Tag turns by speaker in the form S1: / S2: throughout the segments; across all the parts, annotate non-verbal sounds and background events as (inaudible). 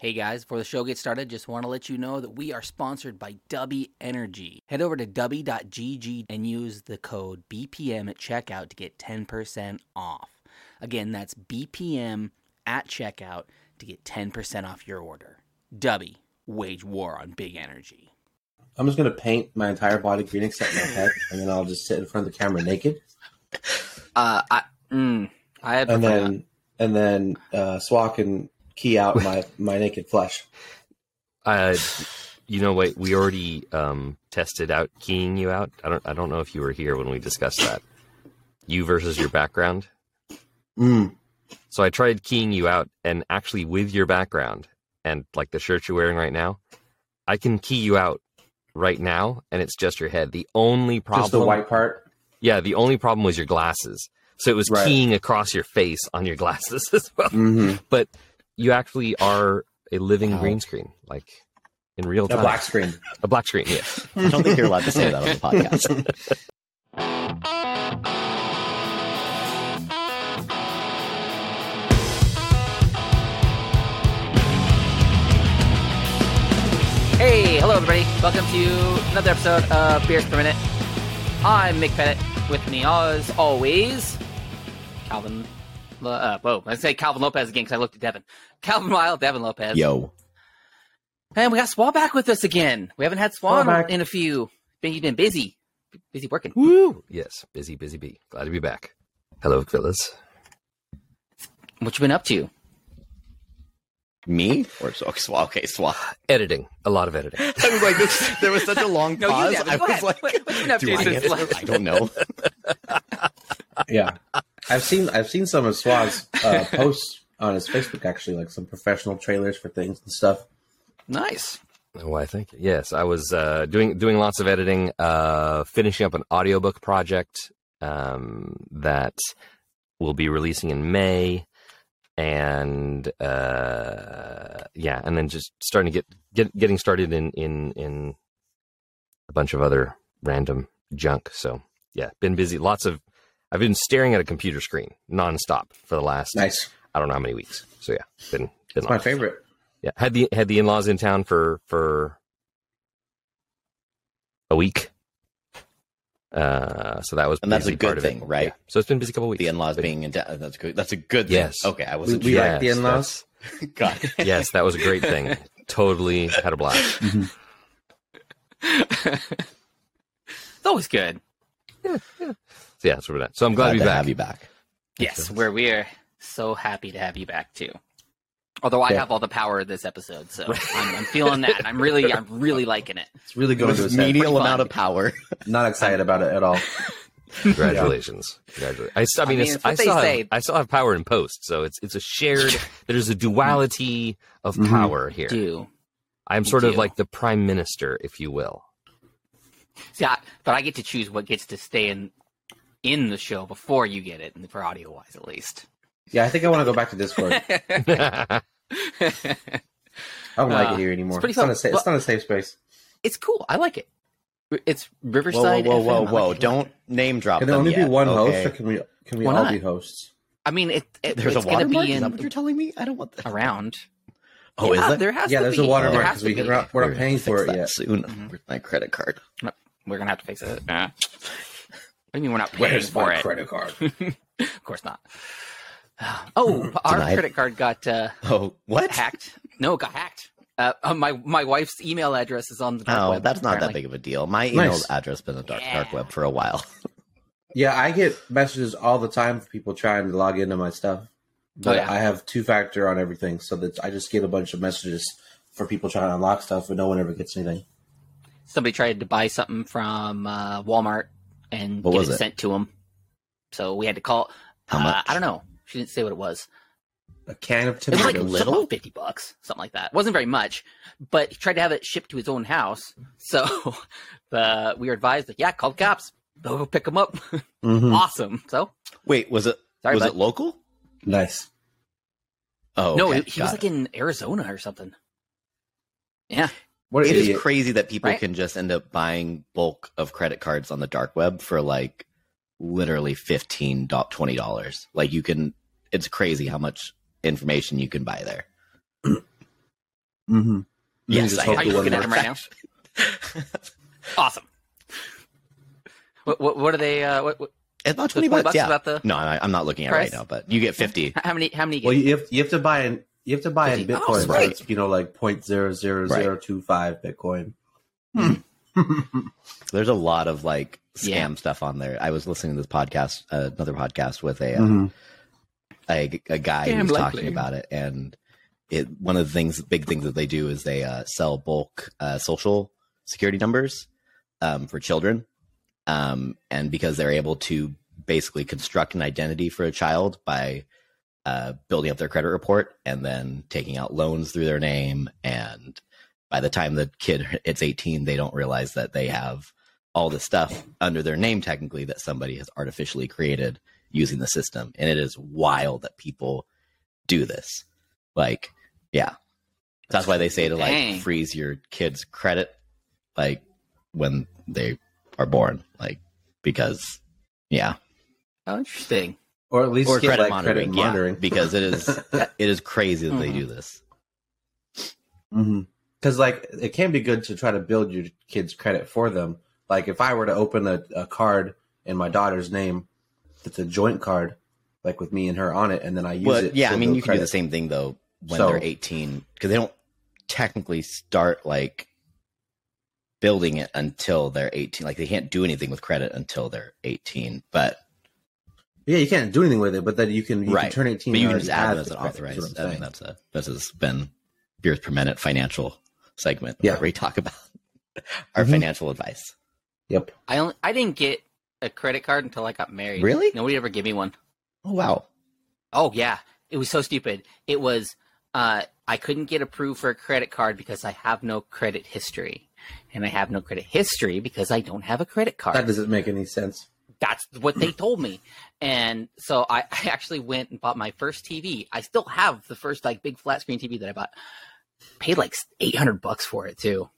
S1: Hey guys, before the show gets started, just want to let you know that we are sponsored by Dubby Energy. Head over to dubby.gg and use the code BPM at checkout to get 10% off. Again, that's BPM at checkout to get 10% off your order. Dubby, wage war on big energy.
S2: I'm just gonna paint my entire body green except my head, and then I'll just sit in front of the camera naked,
S1: Uh, I, mm, I have
S2: and
S1: prefer-
S2: then and then uh, Swak and key out my my naked flesh.
S3: Uh, you know what? We already um, tested out keying you out. I don't. I don't know if you were here when we discussed that. You versus your background.
S2: Mm.
S3: So I tried keying you out, and actually with your background and like the shirt you're wearing right now, I can key you out right now, and it's just your head. The only problem,
S2: Just the white part.
S3: yeah, the only problem was your glasses. So it was
S2: Right.
S3: keying across your face on your glasses (laughs) as well.
S2: hmm
S3: But you actually are a living
S4: Wow.
S3: green screen, like in real
S2: A
S3: time,
S2: black screen.
S3: a black screen. Yeah.
S4: I don't think you're allowed to say that on the podcast.
S1: Hey, hello everybody. Welcome to another episode of Beers Per Minute. I'm Mick Pettit. With me as always, Calvin. Lo- Uh, whoa, I say Calvin Lopez again because I looked at Devin. Calvin Wild, Devin Lopez.
S4: Yo,
S1: And we got Swan back with us again. We haven't had Swan
S2: Swan back.
S1: in a few. Been you've been busy, busy working.
S3: Woo! Yes, busy, busy bee. Glad to be back. Hello, fellas.
S1: What you been up to?
S4: me or so? (laughs) Okay, Swa- okay, Swa.
S3: Editing, a lot of
S4: (laughs)
S3: editing.
S4: I was like, this, there was such a long
S1: No, you
S4: pause.
S1: haven't.
S4: I
S1: Go
S4: was
S1: ahead.
S4: like,
S1: What- what's
S4: (laughs)
S1: been up
S4: do
S1: to
S4: I,
S1: since (laughs)
S4: edit?
S1: last-
S4: I don't know.
S2: Yeah, I've seen I've seen some of Swag's uh, posts on his Facebook actually, like some professional trailers for things and stuff.
S1: Nice.
S3: Why? Thank you. Yes, I was uh, doing doing lots of editing, uh, finishing up an audiobook project um, that will be releasing in May, and uh, yeah, and then just starting to get, get getting started in in in a bunch of other random junk. So yeah, been busy. Lots of I've been staring at a computer screen nonstop for the last
S2: Nice.
S3: I don't know how many weeks. So yeah, been been
S2: It's my
S3: lots.
S2: favorite.
S3: Yeah, had the had the in laws in town for for a week. Uh, so that was
S4: And that's a
S3: basically
S4: good
S3: part of it.
S4: thing, right?
S3: Yeah. So it's been busy a couple weeks.
S4: The in-laws being (laughs) in town. That's good. That's a good.
S3: Yes.
S4: Thing. Okay, I
S2: We,
S4: wasn't.
S2: we
S4: sure.
S2: like the
S3: Yes,
S2: in-laws.
S4: (laughs) Got it.
S3: yes, that was a great thing. totally had a blast.
S1: it's always good.
S3: So yeah, that's what we're at. So I'm glad, to be
S4: to
S3: back.
S4: have you (laughs) back.
S1: Yes, where we are so happy to have you back too. Although I
S2: Yeah.
S1: have all the power of this episode, so I'm, I'm feeling that. I'm
S4: (laughs)
S1: really, I'm really liking it.
S2: It's really going to his
S4: This
S2: head.
S4: medial
S1: Fun.
S4: amount of power.
S2: Not excited about it at all.
S3: Congratulations. Congratulations. I, s- I
S1: I
S3: mean,
S1: mean,
S3: it's-
S1: it's
S3: I,
S1: what they
S3: still have,
S1: say.
S3: I still have power in post, so it's it's a
S4: (laughs)
S3: shared. there's a duality of
S2: Mhm.
S3: power here.
S1: Do
S3: I'm sort of
S1: do.
S3: like the prime minister, if you will. (laughs)
S1: see, I, but I get to choose what gets to stay in in the show before you get it, for audio wise, at least. (laughs)
S2: Yeah, I think I want to go back to Discord. I don't like
S1: Uh,
S2: it here anymore. It's,
S1: pretty
S2: not
S1: fun.
S2: a sa-
S1: Well-
S2: it's not a safe space.
S1: it's cool. I like it. It's
S4: Whoa, whoa,
S1: Riverside.
S4: whoa, whoa,
S1: FM. I like
S4: whoa!
S1: it.
S4: Don't name drop.
S2: Can there
S4: them
S2: only
S4: yet,
S2: be one
S4: okay?
S2: host, or can we can we
S1: Why
S2: all
S1: not?
S2: be hosts?
S1: I mean, it, it
S4: There's
S1: it's
S4: a
S1: gonna
S4: watermark.
S1: be
S4: Is that what
S1: in
S4: you're telling me? I don't want that.
S1: around.
S4: Oh,
S1: Yeah,
S4: is it?
S1: There has
S2: Yeah,
S1: to
S2: there's
S1: be.
S2: a
S1: There
S2: watermark
S1: has
S2: because
S1: to
S2: we
S1: be.
S2: we're not, we're not paying for it
S4: that
S2: yet.
S4: soon.
S1: Mhm.
S4: With my credit card.
S1: We're gonna have to fix it. Uh, what do you mean we're not paying
S2: Where's
S1: for
S2: my
S1: it?
S2: credit card?
S1: of course not. Oh, our
S4: Denied.
S1: credit card got uh,
S4: Oh, what?
S1: hacked. No, it got hacked. Uh, uh, my my wife's email address is on the dark
S4: Oh,
S1: web.
S4: that's not that
S1: apparently.
S4: big of a deal. My email
S2: Nice.
S4: address been a dark, dark
S1: Yeah.
S4: web for a while. (laughs)
S2: Yeah, I get messages all the time from people trying to log into my stuff, but
S1: yeah.
S2: I have two factor on everything, so that I just get a bunch of messages for people trying to unlock stuff, but no one ever gets anything.
S1: Somebody tried to buy something from uh, Walmart and
S4: What
S1: get
S4: was
S1: it
S4: it?
S1: sent to them. So we had to call.
S4: How
S1: uh,
S4: much?
S1: I don't know. She didn't say what it was.
S2: A can of
S1: It was like
S2: tomatoes.
S4: little?
S1: something like fifty bucks, something like that. It wasn't very much, but he tried to have it shipped to his own house. So (laughs) uh, we were advised, like, yeah, call the cops. They'll go pick them up.
S2: Mhm.
S1: awesome. So
S4: Wait, was it
S1: sorry,
S4: Hmm. was
S1: bud.
S4: it local?
S2: Nice.
S4: Oh,
S1: no,
S4: okay,
S1: he, he was like
S4: got
S1: in Arizona or something.
S2: What an
S4: it is
S2: idiot.
S4: crazy that people
S1: Right?
S4: can just end up buying bulk of credit cards on the dark web for like literally fifteen dot twenty dollars. (laughs) Like you can, it's crazy how much information you can buy there.
S2: Mm-hmm.
S4: Yes,
S2: just
S4: I
S2: hope
S4: am
S1: Are
S2: the
S1: you
S2: one
S1: looking at
S2: works.
S1: them right now? Awesome. What, what, what are they? Uh, what, what,
S4: It's about
S1: the
S4: 20 bucks. Yeah.
S1: about the
S4: no, I, I'm not looking at it
S1: Price?
S4: right now, but you get 50.
S1: how many? How many?
S2: Well, you have you have to buy in you have to buy in
S1: Fifty- oh,
S2: Bitcoin. so
S4: right.
S2: it's, you know, like point zero zero zero two five Bitcoin. Hmm.
S4: There's a lot of like scam
S1: Yeah.
S4: stuff on there. I was listening to this podcast, uh, another podcast with a, uh,
S2: Mhm.
S4: a, a guy
S1: Scam
S4: who's
S1: likely.
S4: talking about it. And it, one of the things, big things that they do is they uh, sell bulk uh, social security numbers um, for children. Um, and because they're able to basically construct an identity for a child by uh, building up their credit report and then taking out loans through their name. And by the time the kid hits 18, they don't realize that they have all the stuff under their name, technically, that somebody has artificially created using the system. And it is wild that people do this. Like, yeah. That's why they say to like
S1: Dang.
S4: freeze your kids' credit, like when they are born, like because, yeah,
S1: oh, interesting.
S2: Or at least
S4: or
S2: get
S4: credit
S2: like
S4: monitoring,
S2: credit
S4: yeah,
S2: monitoring.
S4: because
S2: (laughs)
S4: it is it is crazy that they
S1: Mhm.
S4: do this.
S2: Mm-hmm. Because like it can be good to try to build your kids credit for them. Like if I were to open a, a card in my daughter's name, that's a joint card, like with me and her on it, and then I use
S4: Well,
S2: it.
S4: yeah,
S2: to
S4: I mean,
S2: build
S4: you can do the
S2: credit.
S4: same thing though when
S2: So-
S4: they're 18 because they don't technically start like building it until they're 18. Like they can't do anything with credit until they're 18. But
S2: Yeah, you can't do anything with it, but then you can you
S4: Right.
S2: can turn eighteen.
S4: but you
S2: and
S4: can just
S2: already
S4: add
S2: have
S4: it as
S2: the
S4: an
S2: credit, is what
S4: authorized.
S2: I'm
S4: I mean,
S2: saying.
S4: that's a this has been beers per minute financial segment
S2: Yeah.
S4: where we talk about (laughs) our
S2: Mhm.
S4: financial advice.
S2: Yep.
S1: I only, I didn't get a credit card until I got married.
S4: Really?
S1: Nobody ever gave me one.
S4: Oh, wow.
S1: Oh yeah, it was so stupid. It was uh, I couldn't get approved for a credit card because I have no credit history, and I have no credit history because I don't have a credit card.
S2: That doesn't make any sense.
S1: That's what they told me, and so I, (laughs) I actually went and bought my first TV. I still have the first like big flat screen TV that I bought. Paid like eight hundred bucks for it too.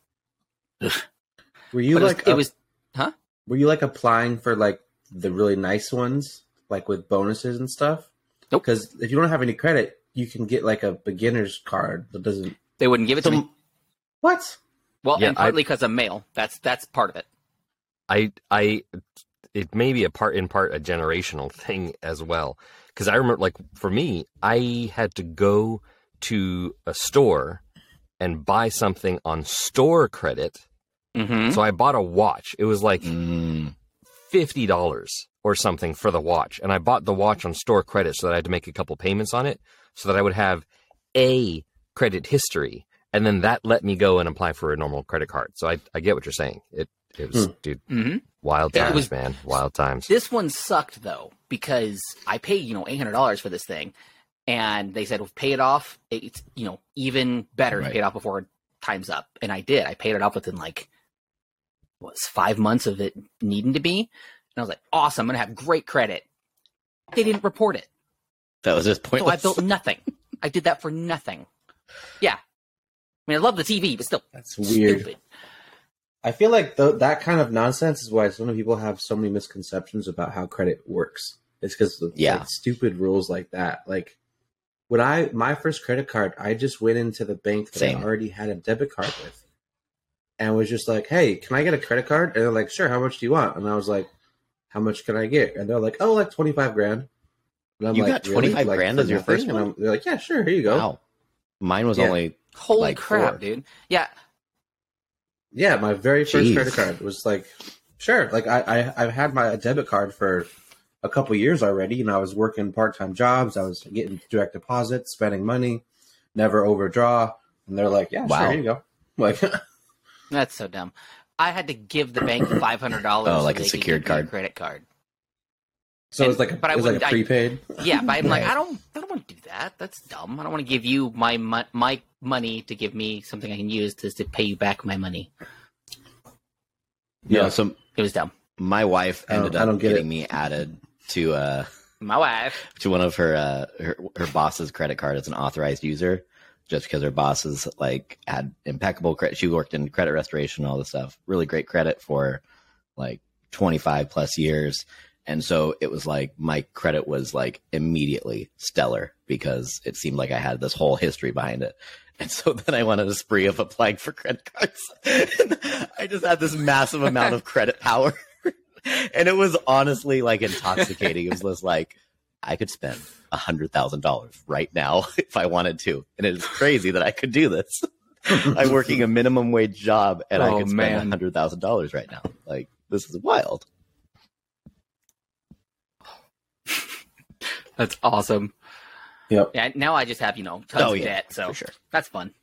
S2: Were you
S1: But it was-
S2: like
S3: uh,
S1: it
S2: up-
S1: was
S2: Were you like applying for like the really nice ones, like with bonuses and stuff?
S1: Nope.
S2: Because if you don't have any credit, you can get like a beginner's card that doesn't.
S1: they wouldn't give it to me.
S2: What?
S1: Well,
S3: Yeah,
S1: and
S3: I-
S1: partly because I'm male. That's that's part of it.
S3: I I it may be a part in part a generational thing as well because I remember like for me I had to go to a store and buy something on store credit
S1: Mm-hmm.
S3: so I bought a watch it was like
S4: Mm.
S3: fifty dollars or something for the watch and I bought the watch on store credit so that I had to make a couple payments on it so that I would have a credit history and then that let me go and apply for a normal credit card so I, I get what you're saying it it was dude
S1: Mm-hmm.
S3: wild
S1: Yeah, it
S3: times
S1: was-
S3: man wild times
S1: This one sucked though because I paid you know eight hundred dollars for this thing, and they said well, pay it off. It's you know even better to
S4: Right.
S1: pay it off before time's up, and I did. I paid it off within like what was five months of it needing to be, and I was like, awesome, I'm gonna have great credit. They didn't report it,
S4: That was just
S1: so I
S4: pointless.
S1: built nothing. I did that for nothing. Yeah, I mean I love the TV, but still
S2: That's weird.
S1: stupid.
S2: I feel like th- that kind of nonsense is why so many people have so many misconceptions about how credit works. It's because of
S4: Yeah.
S2: like, stupid rules like that. Like when I my first credit card, I just went into the bank that
S4: Same.
S2: I already had a debit card with, and was just like, "Hey, can I get a credit card?" And they're like, "Sure. How much do you want?" And I was like, "How much can I get?" And they're like, "Oh, like twenty five grand." And I'm
S4: You got 25
S2: Like,
S4: grand
S2: for
S4: as your
S2: nothing?"
S4: first
S2: And
S4: one?
S2: I'm- they're like, "Yeah, sure. Here you go."
S4: Wow. Mine was
S2: Yeah.
S4: only
S1: Holy
S4: Like
S1: crap,
S4: four.
S1: dude! Yeah,
S2: Yeah, my very first
S4: Jeez.
S2: credit card was like, sure. Like I, I, I've had my debit card for a couple years already, and I was working part time jobs. I was getting direct deposits, spending money, never overdraw. And they're like, yeah,
S4: Wow.
S2: sure, here you go. (laughs) I'm Like,
S1: That's so dumb. I had to give the bank five hundred dollars.
S4: Oh, like a secured card.
S1: credit card.
S2: so it
S1: And-
S2: was like, a,
S1: but I
S2: it was like a
S1: wouldn't- I-
S2: prepaid.
S1: Yeah, but I'm like,
S4: Right.
S1: I don't, I don't want to do that. That's dumb. I don't want to give you my mon- my money to give me something I can use to, to pay you back my money.
S4: yeah.
S2: Yeah.
S4: so
S1: It was dumb.
S4: my wife
S2: I don't-
S4: ended
S2: I
S4: up
S2: don't get
S4: getting
S2: it.
S4: me added to uh
S1: My wife.
S4: to one of her uh her, her boss's credit card as an authorized user just because her bosses like had impeccable credit she worked in credit restoration and all this stuff really great credit for like 25 plus years And so it was like my credit was like immediately stellar because it seemed like I had this whole history behind it. (laughs) And so then I went on a spree of applying for credit cards. (laughs) And I just had this massive amount of credit power. (laughs) and it was honestly like intoxicating. It was just like I could spend a hundred thousand dollars right now (laughs) if I wanted to. And it is crazy that I could do this. (laughs) I'm working a minimum wage job and I
S3: Oh, man.
S4: can spend a hundred thousand dollars right now. Like this is wild.
S1: That's awesome.
S2: Yep.
S1: Yeah, now I just have, you know, tons
S4: Oh,
S1: of
S4: yeah,
S1: debt, so
S4: for sure.
S1: that's fun.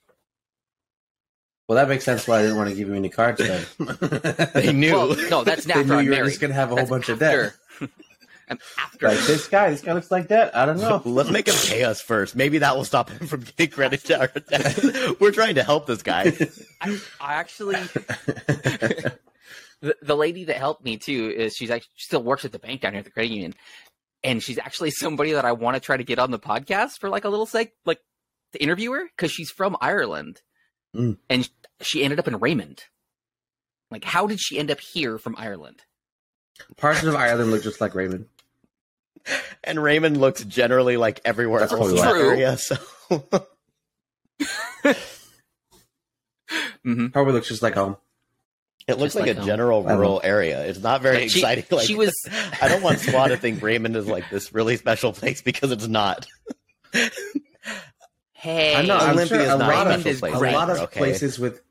S2: Well, that makes sense why I didn't want to give you any cards. Then. (laughs)
S4: (laughs) They knew
S1: Well, no, that's
S2: they
S1: after
S2: knew
S1: I'm
S2: you were
S1: married.
S2: just gonna have a whole
S1: That's
S2: bunch of
S1: after.
S2: debt.
S1: (laughs) I'm after.
S2: Like this guy, this guy looks like that. I
S1: (laughs)
S2: don't know.
S4: (laughs) Let's make him pay us first. Maybe that will stop him from getting credit card debt. (laughs) We're trying to help this guy.
S1: I, I actually, the, the lady that helped me too is she's actually she still works at the bank down here at the credit union, and she's actually somebody that I want to try to get on the podcast for like a little sec, like to interview her because she's from Ireland,
S2: Mm.
S1: and she ended up in Raymond. Like, how did she end up here from Ireland?
S2: Parts of Ireland look just like Raymond.
S4: And Raymond looks generally like everywhere
S2: That's
S4: else in
S1: why. True.
S2: probably
S4: that area. So (laughs)
S1: Mm-hmm.
S2: Probably looks just like home.
S4: it looks
S1: Just
S4: like,
S1: like
S4: a
S1: home.
S4: general
S2: I don't
S4: rural area. It's not very
S1: She-
S4: exciting. Like,
S1: she
S4: (laughs)
S1: was.
S4: I don't want SWAT to think Raymond is like this really special place because it's not.
S1: Hey,
S2: I know. I'm
S4: Olympia
S2: sure
S4: is
S2: a
S4: not
S2: lot
S1: Raymond
S2: of
S4: special
S1: is
S4: place
S2: a
S1: great.
S2: lot of
S4: either, okay.
S2: places with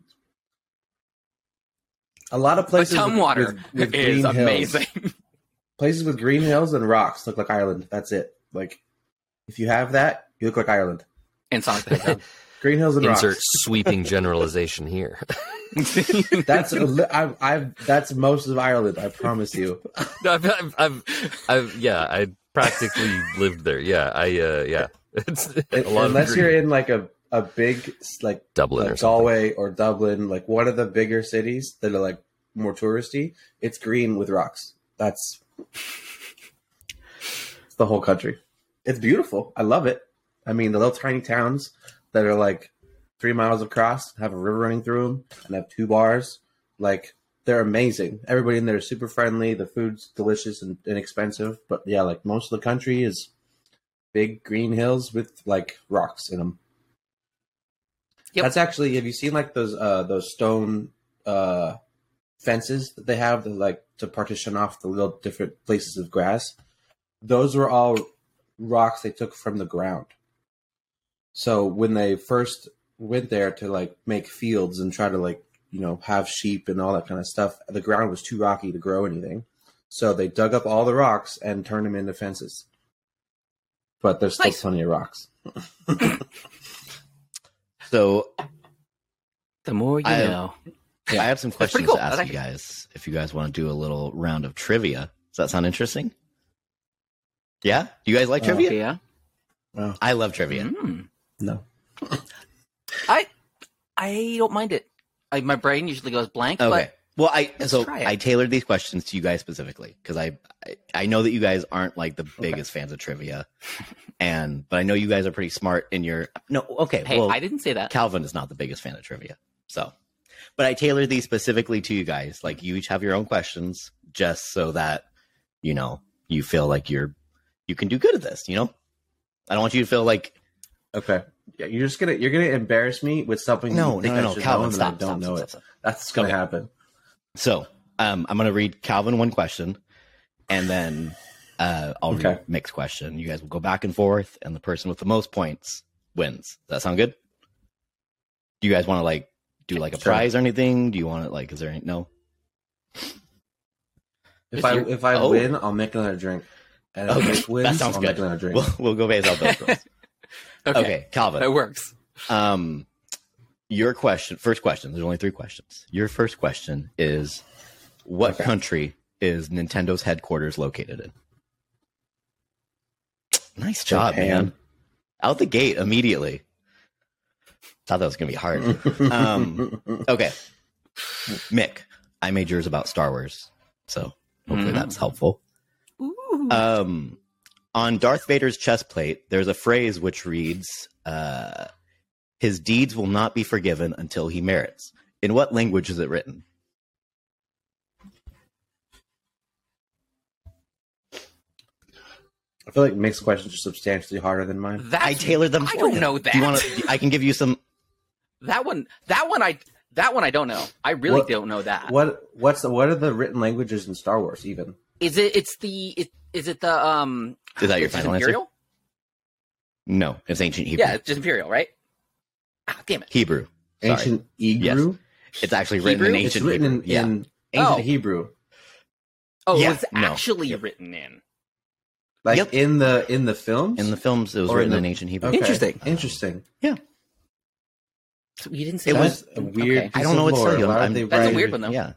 S2: a lot of places with,
S1: Tumwater
S2: with, with green
S1: is
S2: hills.
S1: amazing. (laughs)
S2: Places with green hills and rocks look like Ireland. That's it. Like if you have that, you look like Ireland.
S1: and Sonic the Hedgehog.
S2: Green hills and
S3: Insert
S2: rocks.
S3: (laughs) sweeping generalization here.
S2: (laughs)
S4: (laughs)
S2: That's a li- I've, I've that's most of Ireland. I promise you.
S3: (laughs) No, I've, I've, I've, I've, yeah, I practically lived there. Yeah, I, uh, yeah. (laughs) It's a lot
S2: Unless
S3: of
S2: you're
S3: green.
S2: in like a a big like
S3: Dublin
S2: like
S3: or something.
S2: Galway or Dublin, like one of the bigger cities that are like more touristy, it's green with rocks. That's (laughs) it's the whole country. It's beautiful. I love it. I mean, the little tiny towns that are like three miles across have a river running through them and have two bars. Like they're amazing. Everybody in there is super friendly. The food's delicious and inexpensive. But yeah, like most of the country is big green hills with like rocks in them.
S1: Yep.
S2: That's actually. Have you seen like those uh those stone uh fences that they have, that, like to partition off the little different places of grass? Those were all rocks they took from the ground. So when they first went there to like make fields and try to like you know have sheep and all that kind of stuff, the ground was too rocky to grow anything. So they dug up all the rocks and turned them into fences. But there's still
S1: Nice.
S2: plenty of rocks.
S4: So
S1: (laughs) the more you
S4: I-
S1: know.
S4: I have some
S1: That's pretty
S4: questions
S1: cool.
S4: to
S1: I
S4: ask
S1: like
S4: you
S1: it.
S4: guys if you guys want to do a little round of trivia. Does that sound interesting? Yeah? You guys like
S2: Uh,
S4: trivia?
S1: Yeah.
S2: Oh,
S4: I love trivia.
S1: Mm.
S2: no.
S1: (laughs) I I don't mind it. I, my brain usually goes blank,
S4: Okay. well, I
S1: let's
S4: so
S1: try it.
S4: I tailored these questions to you guys specifically because I, I I know that you guys aren't like the biggest fans of trivia, and but I know you guys are pretty smart in your no. Okay,
S1: but hey,
S4: well,
S1: I didn't say that.
S4: Calvin is not the biggest fan of trivia, so but I tailored these specifically to you guys. Like you each have your own questions, just so that you know you feel like you're you can do good at this. You know, I don't want you to feel like
S2: Okay. Yeah, you're just gonna you're gonna embarrass me with something.
S4: no,
S2: you
S4: no,
S2: think
S4: no,
S2: I
S4: no,
S2: should
S4: Calvin,
S2: know
S4: stop,
S2: and I don't
S4: stop,
S2: know
S4: stop,
S2: it.
S4: stop, stop.
S2: That's gonna
S4: Okay.
S2: happen.
S4: So um, I'm going to read Calvin one question, and then uh, I'll
S2: Okay.
S4: read Mick's question. You guys will go back and forth, and the person with the most points wins. Does that sound good? Do you guys want to like do like a
S2: Sure.
S4: prize or anything? Do you want to like? Is there any no?
S2: If
S1: If
S2: I
S1: you're-
S2: if I
S4: oh.
S2: win, I'll make another drink. And if
S4: Okay,
S2: Nick
S4: that
S2: wins,
S4: sounds
S2: I'll
S4: good.
S2: make another drink.
S4: We'll we'll go based off those rules.
S1: Okay.
S4: Okay, Calvin.
S1: That works.
S4: Um, your question, first question. There's only three questions. Your first question is, what
S2: Okay.
S4: country is Nintendo's headquarters located in? Nice job,
S2: Japan.
S4: man! Out the gate immediately. Thought that was gonna
S2: (laughs)
S4: be hard. Um, Okay, Mick, I made yours about Star Wars, so hopefully
S1: Mhm.
S4: that's helpful.
S1: Ooh.
S4: Um, on Darth Vader's chest plate, there's a phrase which reads, uh, "His deeds will not be forgiven until he merits." In what language is it written?
S2: I feel like Mick's questions are substantially harder than mine.
S1: That's,
S4: I tailored them.
S1: I
S4: for
S1: don't
S4: you.
S1: know that.
S4: Do you wanna, (laughs) I can give you some.
S1: that one. That one. I. That one. I don't know. I really
S2: What-
S1: don't know that. Is
S2: What what's the, what are the written languages in Star Wars even?
S1: it? It's the. It, is it the um?
S4: Is that your
S1: it's just
S4: final answer?
S1: Imperial?
S4: No, it's ancient Hebrew.
S1: Yeah, it's just Imperial, right? Ah, damn it.
S4: Hebrew. Sorry.
S2: Ancient Hebrew.
S4: It's actually written in
S1: Hebrew?
S4: ancient
S2: It's written in,
S4: Hebrew. yeah.
S2: in ancient
S1: Oh.
S2: Hebrew,
S1: Oh,
S4: Yeah,
S1: it's
S4: no.
S1: actually
S4: Yep.
S1: written in.
S2: like
S4: Yep.
S2: in the in the films.
S4: in the films, it was
S2: Or in
S4: written
S2: the-
S4: in ancient Hebrew.
S2: Okay.
S1: Interesting.
S2: interesting.
S1: So you didn't say
S4: It
S1: that?
S2: That's
S4: was-
S2: a weird.
S1: Okay.
S4: I don't know what to tell you. I'm-
S1: That's a weird one, though.
S4: Yeah.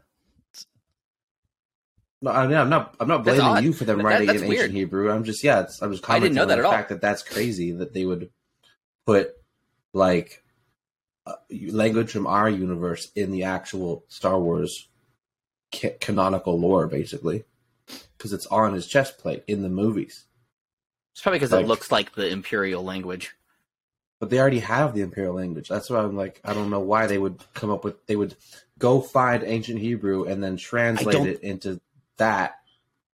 S2: No, I mean, I'm not. I'm not
S1: That's
S2: blaming
S1: odd.
S2: you for them
S1: That-
S2: writing
S1: that's
S2: in
S1: weird.
S2: ancient Hebrew. I'm just yeah. It's, I'm just
S1: I didn't
S2: commenting
S1: know
S2: on
S1: that
S2: the
S1: at all.
S2: fact that that's crazy that they would put like uh, language from our universe in the actual Star Wars ca- canonical lore, basically, because it's on his chest plate in the movies.
S1: It's probably because
S2: Like-
S1: it looks like the Imperial language.
S2: But they already have the imperial language. That's why I'm like, I don't know why they would come up with. They would go find ancient Hebrew and then translate
S4: don't-
S2: it into that,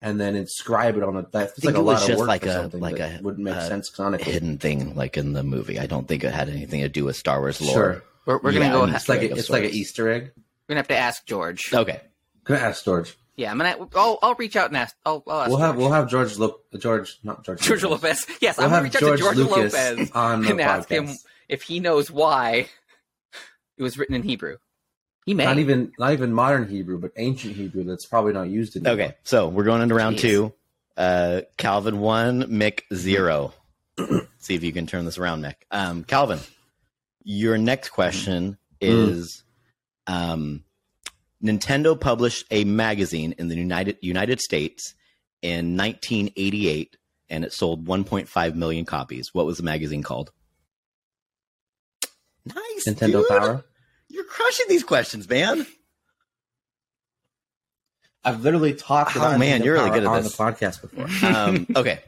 S2: and then inscribe it on the. That's
S4: think
S2: like a
S4: it was
S2: lot of
S4: just
S2: work
S4: like
S2: for
S4: a-
S2: something
S4: like
S2: that
S4: a,
S2: wouldn't make
S4: uh,
S2: sense canonically.
S4: Hidden thing, like in the movie. I don't think it had anything to do with Star Wars lore.
S2: Sure,
S1: We're, we're
S4: Yeah,
S1: gonna go.
S4: I mean,
S2: it's like
S4: Egg
S2: a,
S4: of
S2: it's like an
S4: sorts.
S2: Easter egg.
S1: we're gonna have to ask George.
S4: Okay.
S2: Can I ask George?
S1: Yeah, I'm gonna. I'll, I'll reach out and ask. I'll, I'll ask
S2: we'll have
S1: George.
S2: we'll have George look George not George
S1: George Lopez. (laughs) Yes,
S2: We'll
S1: I'm
S2: have
S1: gonna reach out to George
S2: Lucas
S1: Lopez
S2: on the
S1: and ask him
S2: podcast.
S1: if he knows why (laughs) it was written in Hebrew. He may.
S2: Not even not even modern Hebrew, but ancient Hebrew that's probably not used anymore.
S4: Okay. So we're going into round
S1: Jeez.
S4: two. Uh, Calvin one, Mick (clears throat) zero. See if you can turn this around, Mick. Um, Calvin, your next question
S2: Mm.
S4: is um, Nintendo published a magazine in the United United States in 1988 and it sold 1.5 million copies. What was the magazine called? Nice.
S2: Nintendo
S4: dude.
S2: Power.
S4: You're crushing these questions, man.
S2: I've literally talked
S4: Oh,
S2: about
S4: man,
S2: Nintendo
S4: you're really
S2: Power
S4: good at
S2: on
S4: this.
S2: the podcast before. (laughs)
S4: (laughs) um, okay.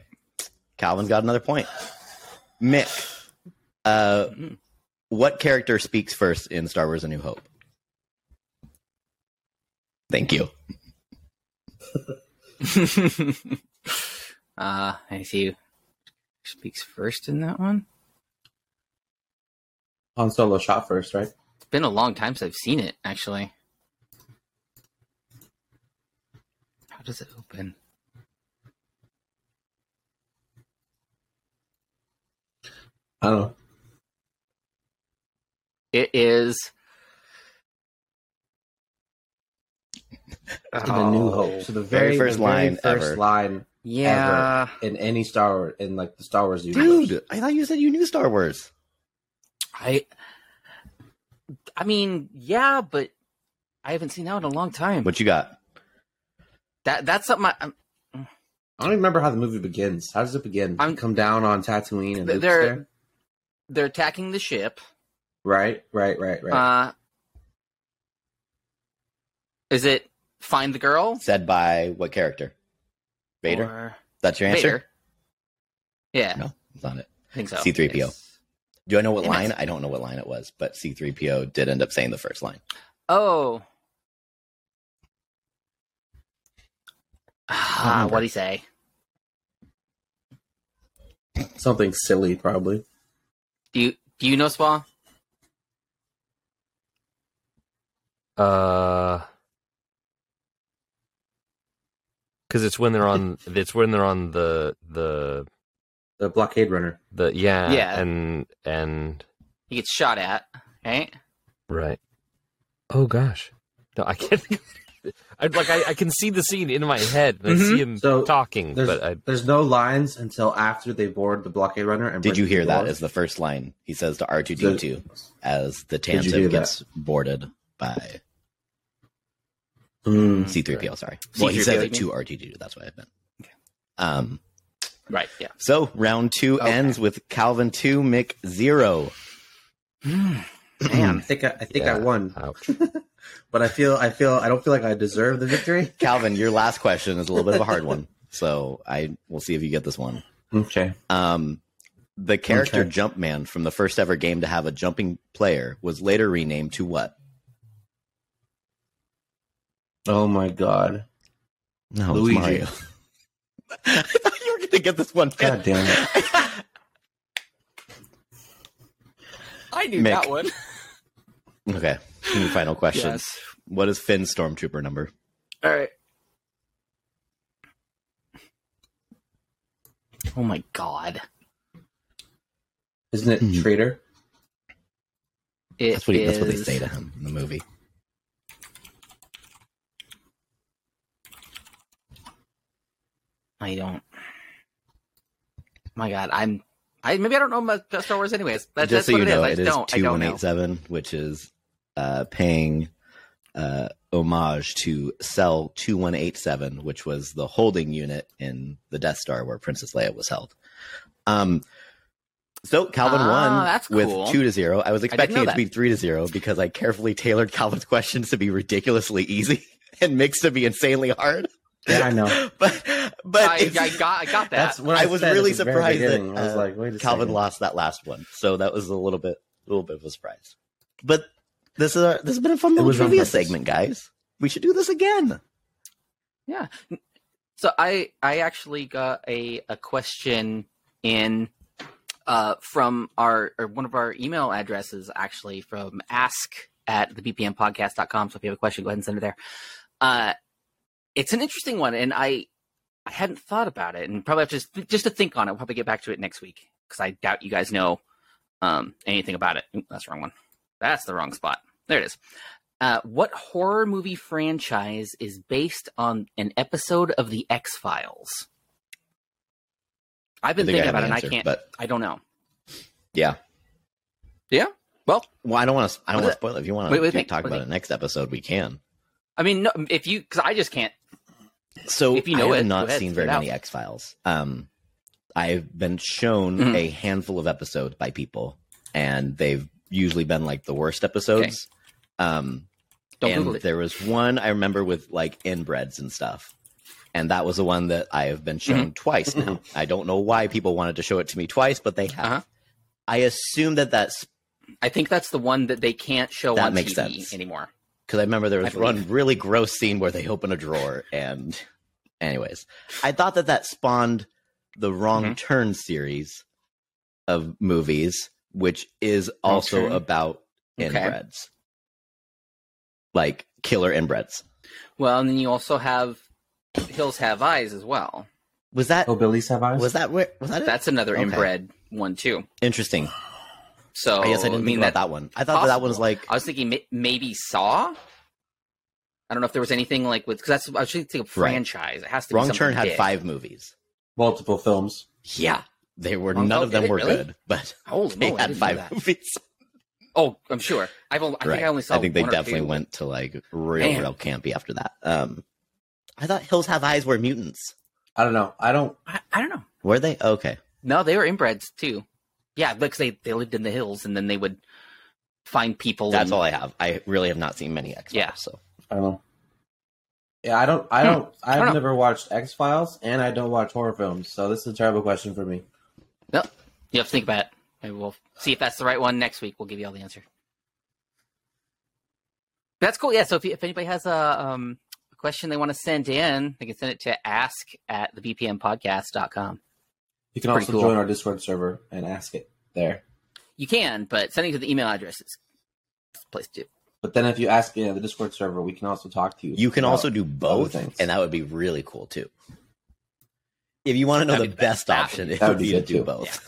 S4: Calvin's got another point. Mick, uh,
S1: Mhm.
S4: what character speaks first in Star Wars A New Hope? Thank you.
S1: (laughs) uh, I see. Who Speaks first in that one.
S2: Han Solo shot first, right?
S1: It's been a long time since I've seen it. Actually, how does it open?
S2: I don't know.
S1: It is.
S2: To the
S1: Oh.
S4: Oh.
S2: New Hope. So the very, first line, first
S4: ever.
S2: line
S1: Yeah.
S2: in any Star Wars, in like the Star Wars universe.
S4: Dude, I thought you said you knew Star Wars.
S1: I I mean, yeah, but I haven't seen that in a long time.
S4: What you got?
S1: that that's something I, I'm-
S2: I don't even remember how the movie begins. How does it begin?
S1: I'm-
S2: Come down on Tatooine
S1: Th-
S2: and Luke's
S1: they're-
S2: there?
S1: they're attacking the ship.
S2: right, right, right, right.
S1: Uh Is it find the girl?
S4: Said by what character? Vader.
S1: Or-
S4: That's your answer.
S1: Vader. Yeah,
S4: No, it's not it.
S1: I think so.
S4: C-3PO.
S1: Yes.
S4: Do I know what
S1: Damn
S4: line?
S1: it.
S4: I don't know what line it was, but C3PO did end up saying the first line.
S1: Oh. Ah,
S2: remember.
S1: what'd he say?
S4: Uh.
S2: Something silly, probably.
S1: Do you do you know Spa?
S3: Uh, because it's when they're on. It's when they're on the the
S2: The blockade runner.
S3: the yeah
S1: Yeah.
S3: and and
S1: He gets shot at, right?
S3: right. Oh gosh, no, I can't. think (laughs) of- I like I, I can see the scene in my head. And I
S1: Mhm.
S3: see him
S2: So,
S3: talking,
S2: There's,
S3: but I
S2: there's no lines until after they board the blockade runner. And
S4: Did
S2: break
S4: you hear
S2: the
S4: that?
S2: door.
S4: As the first line, he says to R2D2 as the
S2: Did you do that?
S4: Tantive gets boarded by (clears throat)
S2: Mm.
S4: C3PO, sorry. Well, he says
S1: C-3PO,
S4: it
S1: you
S4: to R2D2. That's what I meant. Um,
S1: Right, yeah.
S4: so round two
S1: Okay.
S4: ends with Calvin two, Mick zero.
S1: Hmm.
S2: I think I, I think
S3: Yeah.
S2: I won,
S3: ouch.
S2: but I feel I feel I don't feel like I deserve the victory.
S4: Calvin, your last question is a little bit of a hard (laughs) one. So I will see if you get this one.
S2: Okay.
S4: Um, the character
S2: Okay.
S4: Jumpman from the first ever game to have a jumping player was later renamed to what?
S2: Oh my god.
S4: No,
S2: Luigi.
S4: It's Mario. (laughs) I thought you were to get this one.
S2: God damn
S4: it.
S1: I knew
S4: Mick.
S1: that one.
S4: okay. Any final questions?
S1: Yes.
S4: What is Finn's stormtrooper number?
S1: All right. Oh my god.
S2: Isn't it
S4: Mhm.
S2: traitor?
S1: It
S4: That's what, he, that's what they
S1: is-
S4: say to him in the movie.
S1: I don't. My god, I'm. I maybe I don't know much about Star Wars. Anyways, that, that's
S4: Just so
S1: what
S4: you
S1: it is.
S4: know,
S1: I
S4: it is
S1: don't. I don't know.
S4: 2187, which is uh, paying uh, homage to Cell 2187, which was the holding unit in the Death Star where Princess Leia was held. Um, so Calvin
S1: Ah,
S4: won
S1: that's cool.
S4: with two to zero. I was expecting
S1: know
S4: it
S1: that.
S4: to be three to zero because I carefully tailored Calvin's (laughs) questions to be ridiculously easy and mixed to be insanely hard.
S2: Yeah, I know.
S4: (laughs) But but
S1: I,
S4: it's-
S1: I got. I got that.
S2: That's what I,
S4: I was
S2: said at
S4: really
S2: the very
S4: surprised that,
S2: beginning. I was
S4: uh,
S2: like, wait a
S4: Calvin
S2: second.
S4: lost that last one, so that was a little bit, a little bit of a surprise. But this is our, this has been a fun little
S2: was on
S4: trivia
S2: purpose.
S4: segment, guys. We should do this again.
S1: Yeah. So I I actually got a a question in uh from our or one of our email addresses actually from ask at the bpmpodcast.com. So if you have a question, go ahead and send it there. Uh it's an interesting one and I I hadn't thought about it and probably have to just just to think on it. We'll probably get back to it next week because I doubt you guys know um anything about it. Oop, that's the wrong one. That's the wrong spot. There it is. Uh, what horror movie franchise is based on an episode of The X Files? I've been
S4: I think I
S1: thinking
S4: have
S1: about it,
S4: an
S1: and I
S4: answer,
S1: can't.
S4: But
S1: I don't know.
S4: yeah,
S1: Well,
S4: well, I don't want to. I
S1: What
S4: don't want
S1: is
S4: to spoil it. If you want
S1: Wait, wait,
S4: to
S1: think,
S4: talk
S1: wait,
S4: about
S1: think.
S4: it next episode, we can.
S1: I mean, no, if you because I just can't.
S4: So
S1: If you know
S4: I have
S1: it,
S4: not
S1: go ahead,
S4: seen
S1: spit
S4: very
S1: it out.
S4: many X Files. Um, I've been shown
S1: Mhm.
S4: a handful of episodes by people, and they've usually been like the worst episodes. Um,
S1: Don't
S4: and
S1: Google it.
S4: there was one I remember with like inbreds and stuff. And that was the one that I have been
S1: Mm-hmm.
S4: shown twice now. I don't know why people wanted to show it to me twice, but they have.
S1: Uh-huh.
S4: I assume that that's
S1: I think that's the one that they can't show
S4: That
S1: on
S4: makes
S1: TV
S4: sense.
S1: anymore.
S4: because I remember there
S1: I
S4: was
S1: believe.
S4: one really gross scene where they open a drawer. And, anyways, I thought that that spawned the Wrong
S1: Mhm.
S4: Turn series of movies, which is
S1: Wrong
S4: also
S1: Turn.
S4: about
S1: Okay.
S4: inbreds, like killer inbreds.
S1: Well, and then you also have Hills Have Eyes as well.
S4: Was that
S2: Oh, Billy's have eyes.
S4: was that where was that it?
S1: That's another
S4: Okay.
S1: inbred one too.
S4: Interesting.
S1: So
S4: I guess I didn't
S1: Oh, mean
S4: mean
S1: that,
S4: about that, one. I thought that, that one was
S1: possible.
S4: like
S1: I was thinking may- maybe Saw. I don't know if there was anything like with because that's I was thinking of
S4: Right.
S1: franchise. It has to be
S4: Wrong
S1: something
S4: Turn had
S1: big.
S4: five movies.
S2: Multiple films.
S4: Yeah, they were
S1: Wrong-
S4: none
S1: oh,
S4: of them
S1: did it
S4: were
S1: really?
S4: good, but
S1: Holy
S4: they
S1: moly, I
S4: had
S1: didn't know
S4: five
S1: that.
S4: movies.
S1: Oh, I'm sure. I've only, (laughs) I
S4: Right.
S1: think I only saw.
S4: I think they
S1: one or
S4: definitely
S1: two.
S4: went to like real,
S1: Man.
S4: real campy after that. Um, I thought Hills Have Eyes were mutants.
S2: I don't know. I don't.
S1: I, I don't know.
S4: Were they? Okay.
S1: No, they were inbreds too. Yeah, because they they lived in the hills and then they would find people.
S4: That's
S1: and-
S4: all I have. I really have not seen many X.
S1: Mm. Yeah.
S4: So
S2: I don't know. Yeah, I don't.
S4: Hmm.
S2: I don't. I've
S1: don't know.
S2: never watched X Files, and I don't watch horror films, so this is a terrible question for me.
S1: Yep. You have to think about it. Maybe we'll see if that's the right one next week. We'll give you all the answer. That's cool. Yeah. So if, you, if anybody has a, um, a question they want to send in, they can send it to ask at the bpmpodcast.com.
S2: You can
S1: Pretty
S2: also
S1: cool.
S2: join our Discord server and ask it there.
S1: You can, but sending to the email address is is the place to do. it.
S2: But then, if you ask me at the Discord server, we can also talk to you.
S4: you can
S2: about-
S4: also do both,
S2: things.
S4: and that would be really cool too. If you want to know
S1: That'd
S4: the
S1: be-
S4: best
S1: that would
S4: option,
S1: be-
S4: it
S2: that
S4: would
S2: would be
S4: be to
S2: good,
S4: do
S2: too.
S4: both.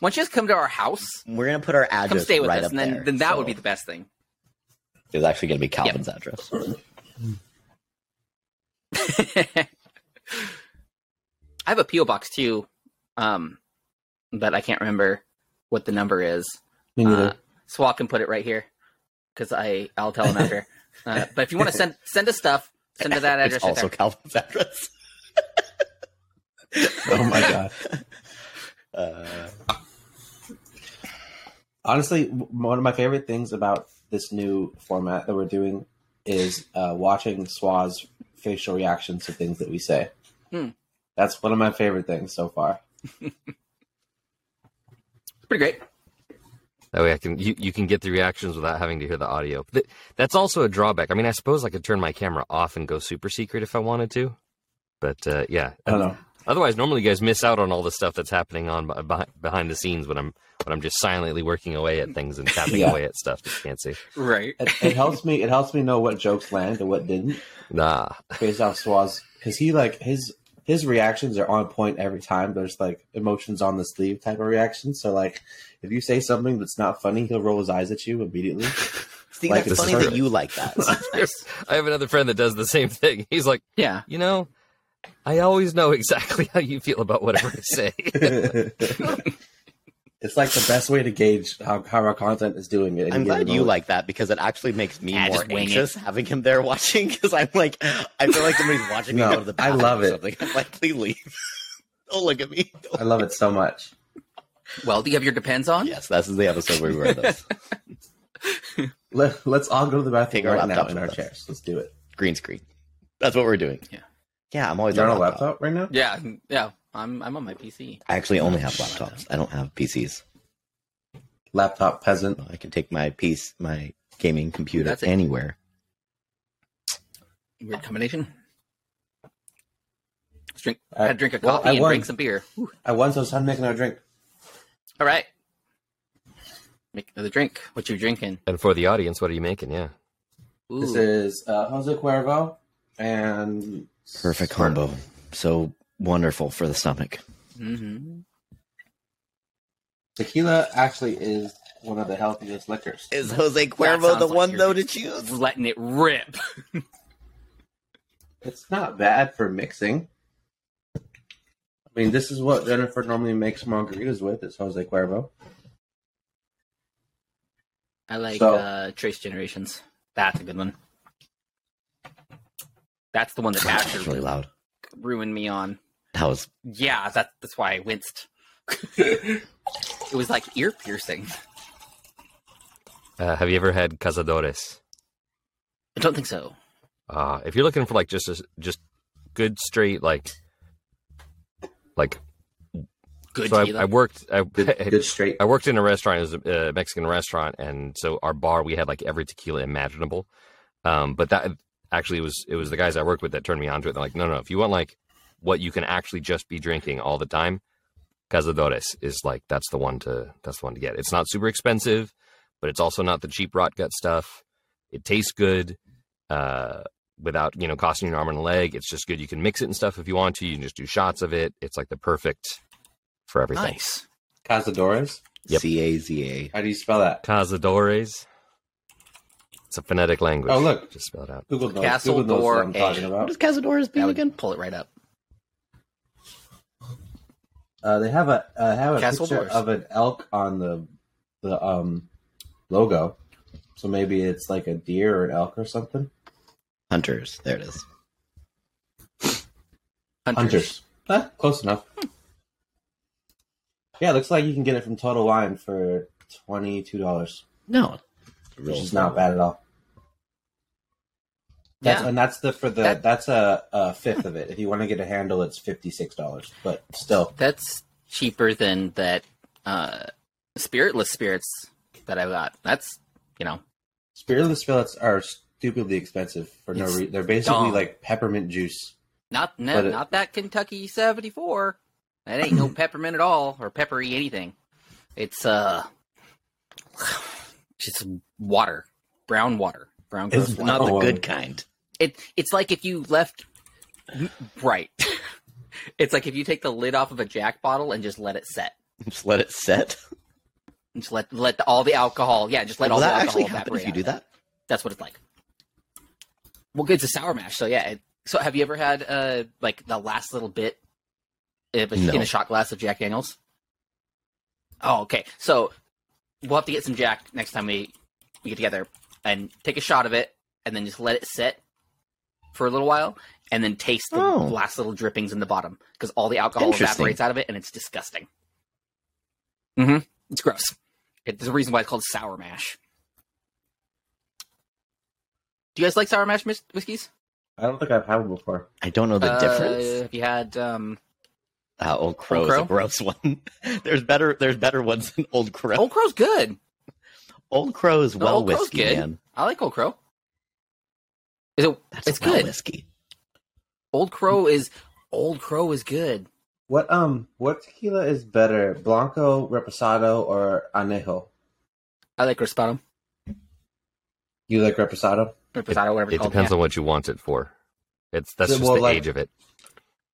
S1: Why don't you just come to our house?
S4: We're gonna put our address
S1: Come stay with
S4: right
S1: us,
S4: up
S1: and then,
S4: there,
S1: then that
S4: so-
S1: would be the best thing.
S4: It was actually going to be Calvin's address.
S1: (laughs) I have a PO box too, um, but I can't remember what the number is.
S2: Me neither.
S1: Uh, Swat can put it right here because I I'll tell him
S2: (laughs)
S1: after. Uh, but if you want to send send us stuff, send to that address. right
S4: It's also
S1: there.
S4: Calvin's address.
S2: (laughs)
S4: (laughs)
S2: oh my god.
S4: Uh,
S2: Honestly, w- one of my favorite things about this new format that we're doing is uh, watching Swaz facial reactions to things that we say.
S1: Hmm.
S2: That's one of my favorite things so far.
S1: pretty great.
S3: That way, I can you, you can get the reactions without having to hear the audio. Th- that's also a drawback. I mean, I suppose I could turn my camera off and go super secret if I wanted to. But uh, yeah,
S2: I don't know.
S3: Otherwise, normally you guys miss out on all the stuff that's happening on b- beh- behind the scenes when I'm when I'm just silently working away at things and tapping
S2: Yeah.
S3: away at stuff that you can't see.
S1: Right.
S2: (laughs) It, it helps me. It helps me know what jokes land and what didn't
S3: Nah, (laughs)
S2: based off Swaz because he like his his reactions are on point every time. There's like emotions on the sleeve type of reactions. So like, if you say something that's not funny, he'll roll his eyes at you immediately.
S4: See,
S2: Like,
S4: that's
S3: this
S4: funny
S3: is
S4: that
S3: perfect.
S4: you like that.
S3: I have another friend that does the same thing. (laughs) He's like,
S1: Yeah.
S3: you know, I always know exactly (laughs) how you feel about whatever I say. (laughs)
S2: it's like the best way to gauge how, how our content is doing. at any
S4: (laughs) I'm glad
S2: given
S4: you
S2: moment.
S4: like that because it actually makes me
S1: Yeah,
S4: more
S1: just wing it.
S4: anxious having him there watching because I'm like, I feel like somebody's watching me
S2: No,
S4: go to the
S2: I
S4: bathroom
S2: love
S4: or
S2: it.
S4: something. I'm like, please leave. (laughs) Don't look at me. Don't-
S2: I love it so much.
S1: Well, do you have your depends on?
S4: Yes, this is the episode where we
S1: (laughs)
S4: were this.
S2: Let, let's all go to the bathroom
S4: Take our
S2: right now
S4: laptops
S2: in our
S4: with us.
S2: chairs. Let's do it.
S4: Green screen. That's what we're doing.
S1: Yeah.
S4: Yeah, I'm always
S2: You're on a laptop right now.
S1: Yeah. Yeah. I'm I'm on my PC.
S4: I actually only have laptops. I don't have PCs.
S2: Laptop peasant.
S4: I can take my piece, my gaming computer
S1: That's it.
S4: anywhere.
S1: Weird combination. Let's drink.
S2: All right.
S1: had to drink a
S2: Well,
S1: coffee
S2: I
S1: and
S2: won.
S1: drink some beer. Whew.
S2: I won, so it's time to make another drink.
S1: All right. Make another drink. What you drinking?
S3: and for the audience, what are you making? Yeah,
S1: Ooh.
S2: This is uh, Jose Cuervo and
S4: Perfect combo. So wonderful for the stomach.
S1: hmm
S2: Tequila actually is one of the healthiest liquors.
S4: Is Jose
S1: Cuervo sounds
S4: Cuervo the
S1: the like one,
S4: one
S1: you're-
S4: though
S1: though,
S4: to
S1: to
S4: choose?
S1: Letting it rip.
S2: It's not bad for mixing. I mean, this is what Jennifer normally makes margaritas with. It's Jose Cuervo.
S1: I like
S2: So-
S1: uh, Trace Generations. That's a good one. That's the one
S3: (sighs)
S1: that
S4: That's really
S1: actually
S4: loud.
S1: ruined me on.
S4: That was
S1: Yeah, that, that's why I
S3: (laughs)
S1: winced. it was like ear piercing.
S3: uh, have you ever had cazadores?
S1: I don't think so.
S3: Uh, if you're looking for like just a, just good straight like like
S1: Good
S3: so I,
S1: tequila.
S3: I worked I, (laughs)
S4: (laughs)
S2: Good, good straight.
S3: I worked in a restaurant. It was a uh, Mexican restaurant, and so our bar we had like every tequila imaginable. Um, but that actually it was it was the guys I worked with that turned me onto it. They're like, no, no, if you want like what you can actually just be drinking all the time, Cazadores is like that's the one to that's the one to get. It's not super expensive, but it's also not the cheap rot gut stuff. It tastes good. Uh, without you know costing you an arm and a leg it's just good you can mix it and stuff if you want to you can just do shots of it it's like the perfect for everything
S1: nice.
S2: Cazadores.
S3: Yep.
S4: C A Z A.
S2: How do you spell that?
S3: Cazadores. It's a phonetic language.
S2: Oh, look.
S3: Just spell it out.
S2: Google knows.
S1: Castle
S2: Google knows what I'm
S1: door
S2: talking
S1: A.
S2: about.
S4: does Cazadores
S1: That would pull it right up.
S2: Uh, they have a uh, have a
S1: Castle
S2: picture
S1: doors.
S2: of an elk on the the um logo, so maybe it's like a deer or an elk or something.
S4: Hunters. There it is.
S2: Hunters, Huh, close enough. Yeah, looks like you can get it from Total Wine for twenty two dollars,
S4: No.
S2: which is not bad at all. That's,
S1: Yeah.
S2: and that's the for the
S1: That-
S2: that's a, a fifth of it. If you want to get a handle, it's fifty six dollars, but still,
S1: That's cheaper than that uh, spiritless spirits that I got. That's you know
S2: spiritless fillets are stupidly expensive for no
S1: It's
S2: reason. They're basically
S1: dumb.
S2: like peppermint juice.
S1: not no,
S2: But it-
S1: not that Kentucky seventy four. That
S4: (clears throat)
S1: ain't no peppermint at all or peppery anything. It's uh just water, brown water, brown
S2: It's
S1: gross water.
S4: Not the
S2: Oh.
S4: good kind. (laughs)
S1: it it's like if you left right. (laughs) it's like if you take the lid off of a Jack bottle and just let it set.
S4: Just let it set.
S1: And Just let let the, all the alcohol. Yeah, just let
S4: Will
S1: all the
S4: that
S1: alcohol
S4: actually happen
S1: evaporate
S4: if you
S1: out
S4: do
S1: of it.
S4: that?
S1: That's what it's like. Well, it's a sour mash, so yeah. It, so have you ever had uh like the last little bit if it's
S4: No.
S1: in a shot glass of Jack Daniels? Oh, okay. So we'll have to get some Jack next time we we get together and take a shot of it and then just let it sit for a little while and then taste the
S4: Oh.
S1: last little drippings in the bottom because all the alcohol
S4: Interesting.
S1: evaporates out of it and it's disgusting. hmm It's gross. It, there's a reason why it's called sour mash. Do you guys like sour mash whis- whiskeys?
S2: I don't think I've had one before.
S4: I don't know the
S1: Uh,
S4: difference.
S1: Have you had um,
S4: Uh, Old Crow, is
S1: Crow?
S4: a gross one. (laughs) there's better. There's better ones than Old Crow.
S1: Old Crow's good.
S4: Old Crow is
S1: No,
S4: well
S1: Old Crow's
S4: whiskey,
S1: good.
S4: man.
S1: I like Old Crow. Is it?
S4: That's
S1: it's
S4: well
S1: good.
S4: whiskey.
S1: Old Crow is Old Crow is good.
S2: What um what tequila is better, Blanco, Reposado, or Anejo?
S1: I like Reposado.
S2: You like Reposado?
S1: Reposado, whatever
S3: It
S1: it's called.
S3: depends
S1: yeah.
S3: on what you want it for. It's that's
S2: So,
S3: just
S2: well,
S3: the
S2: like-
S3: age of it.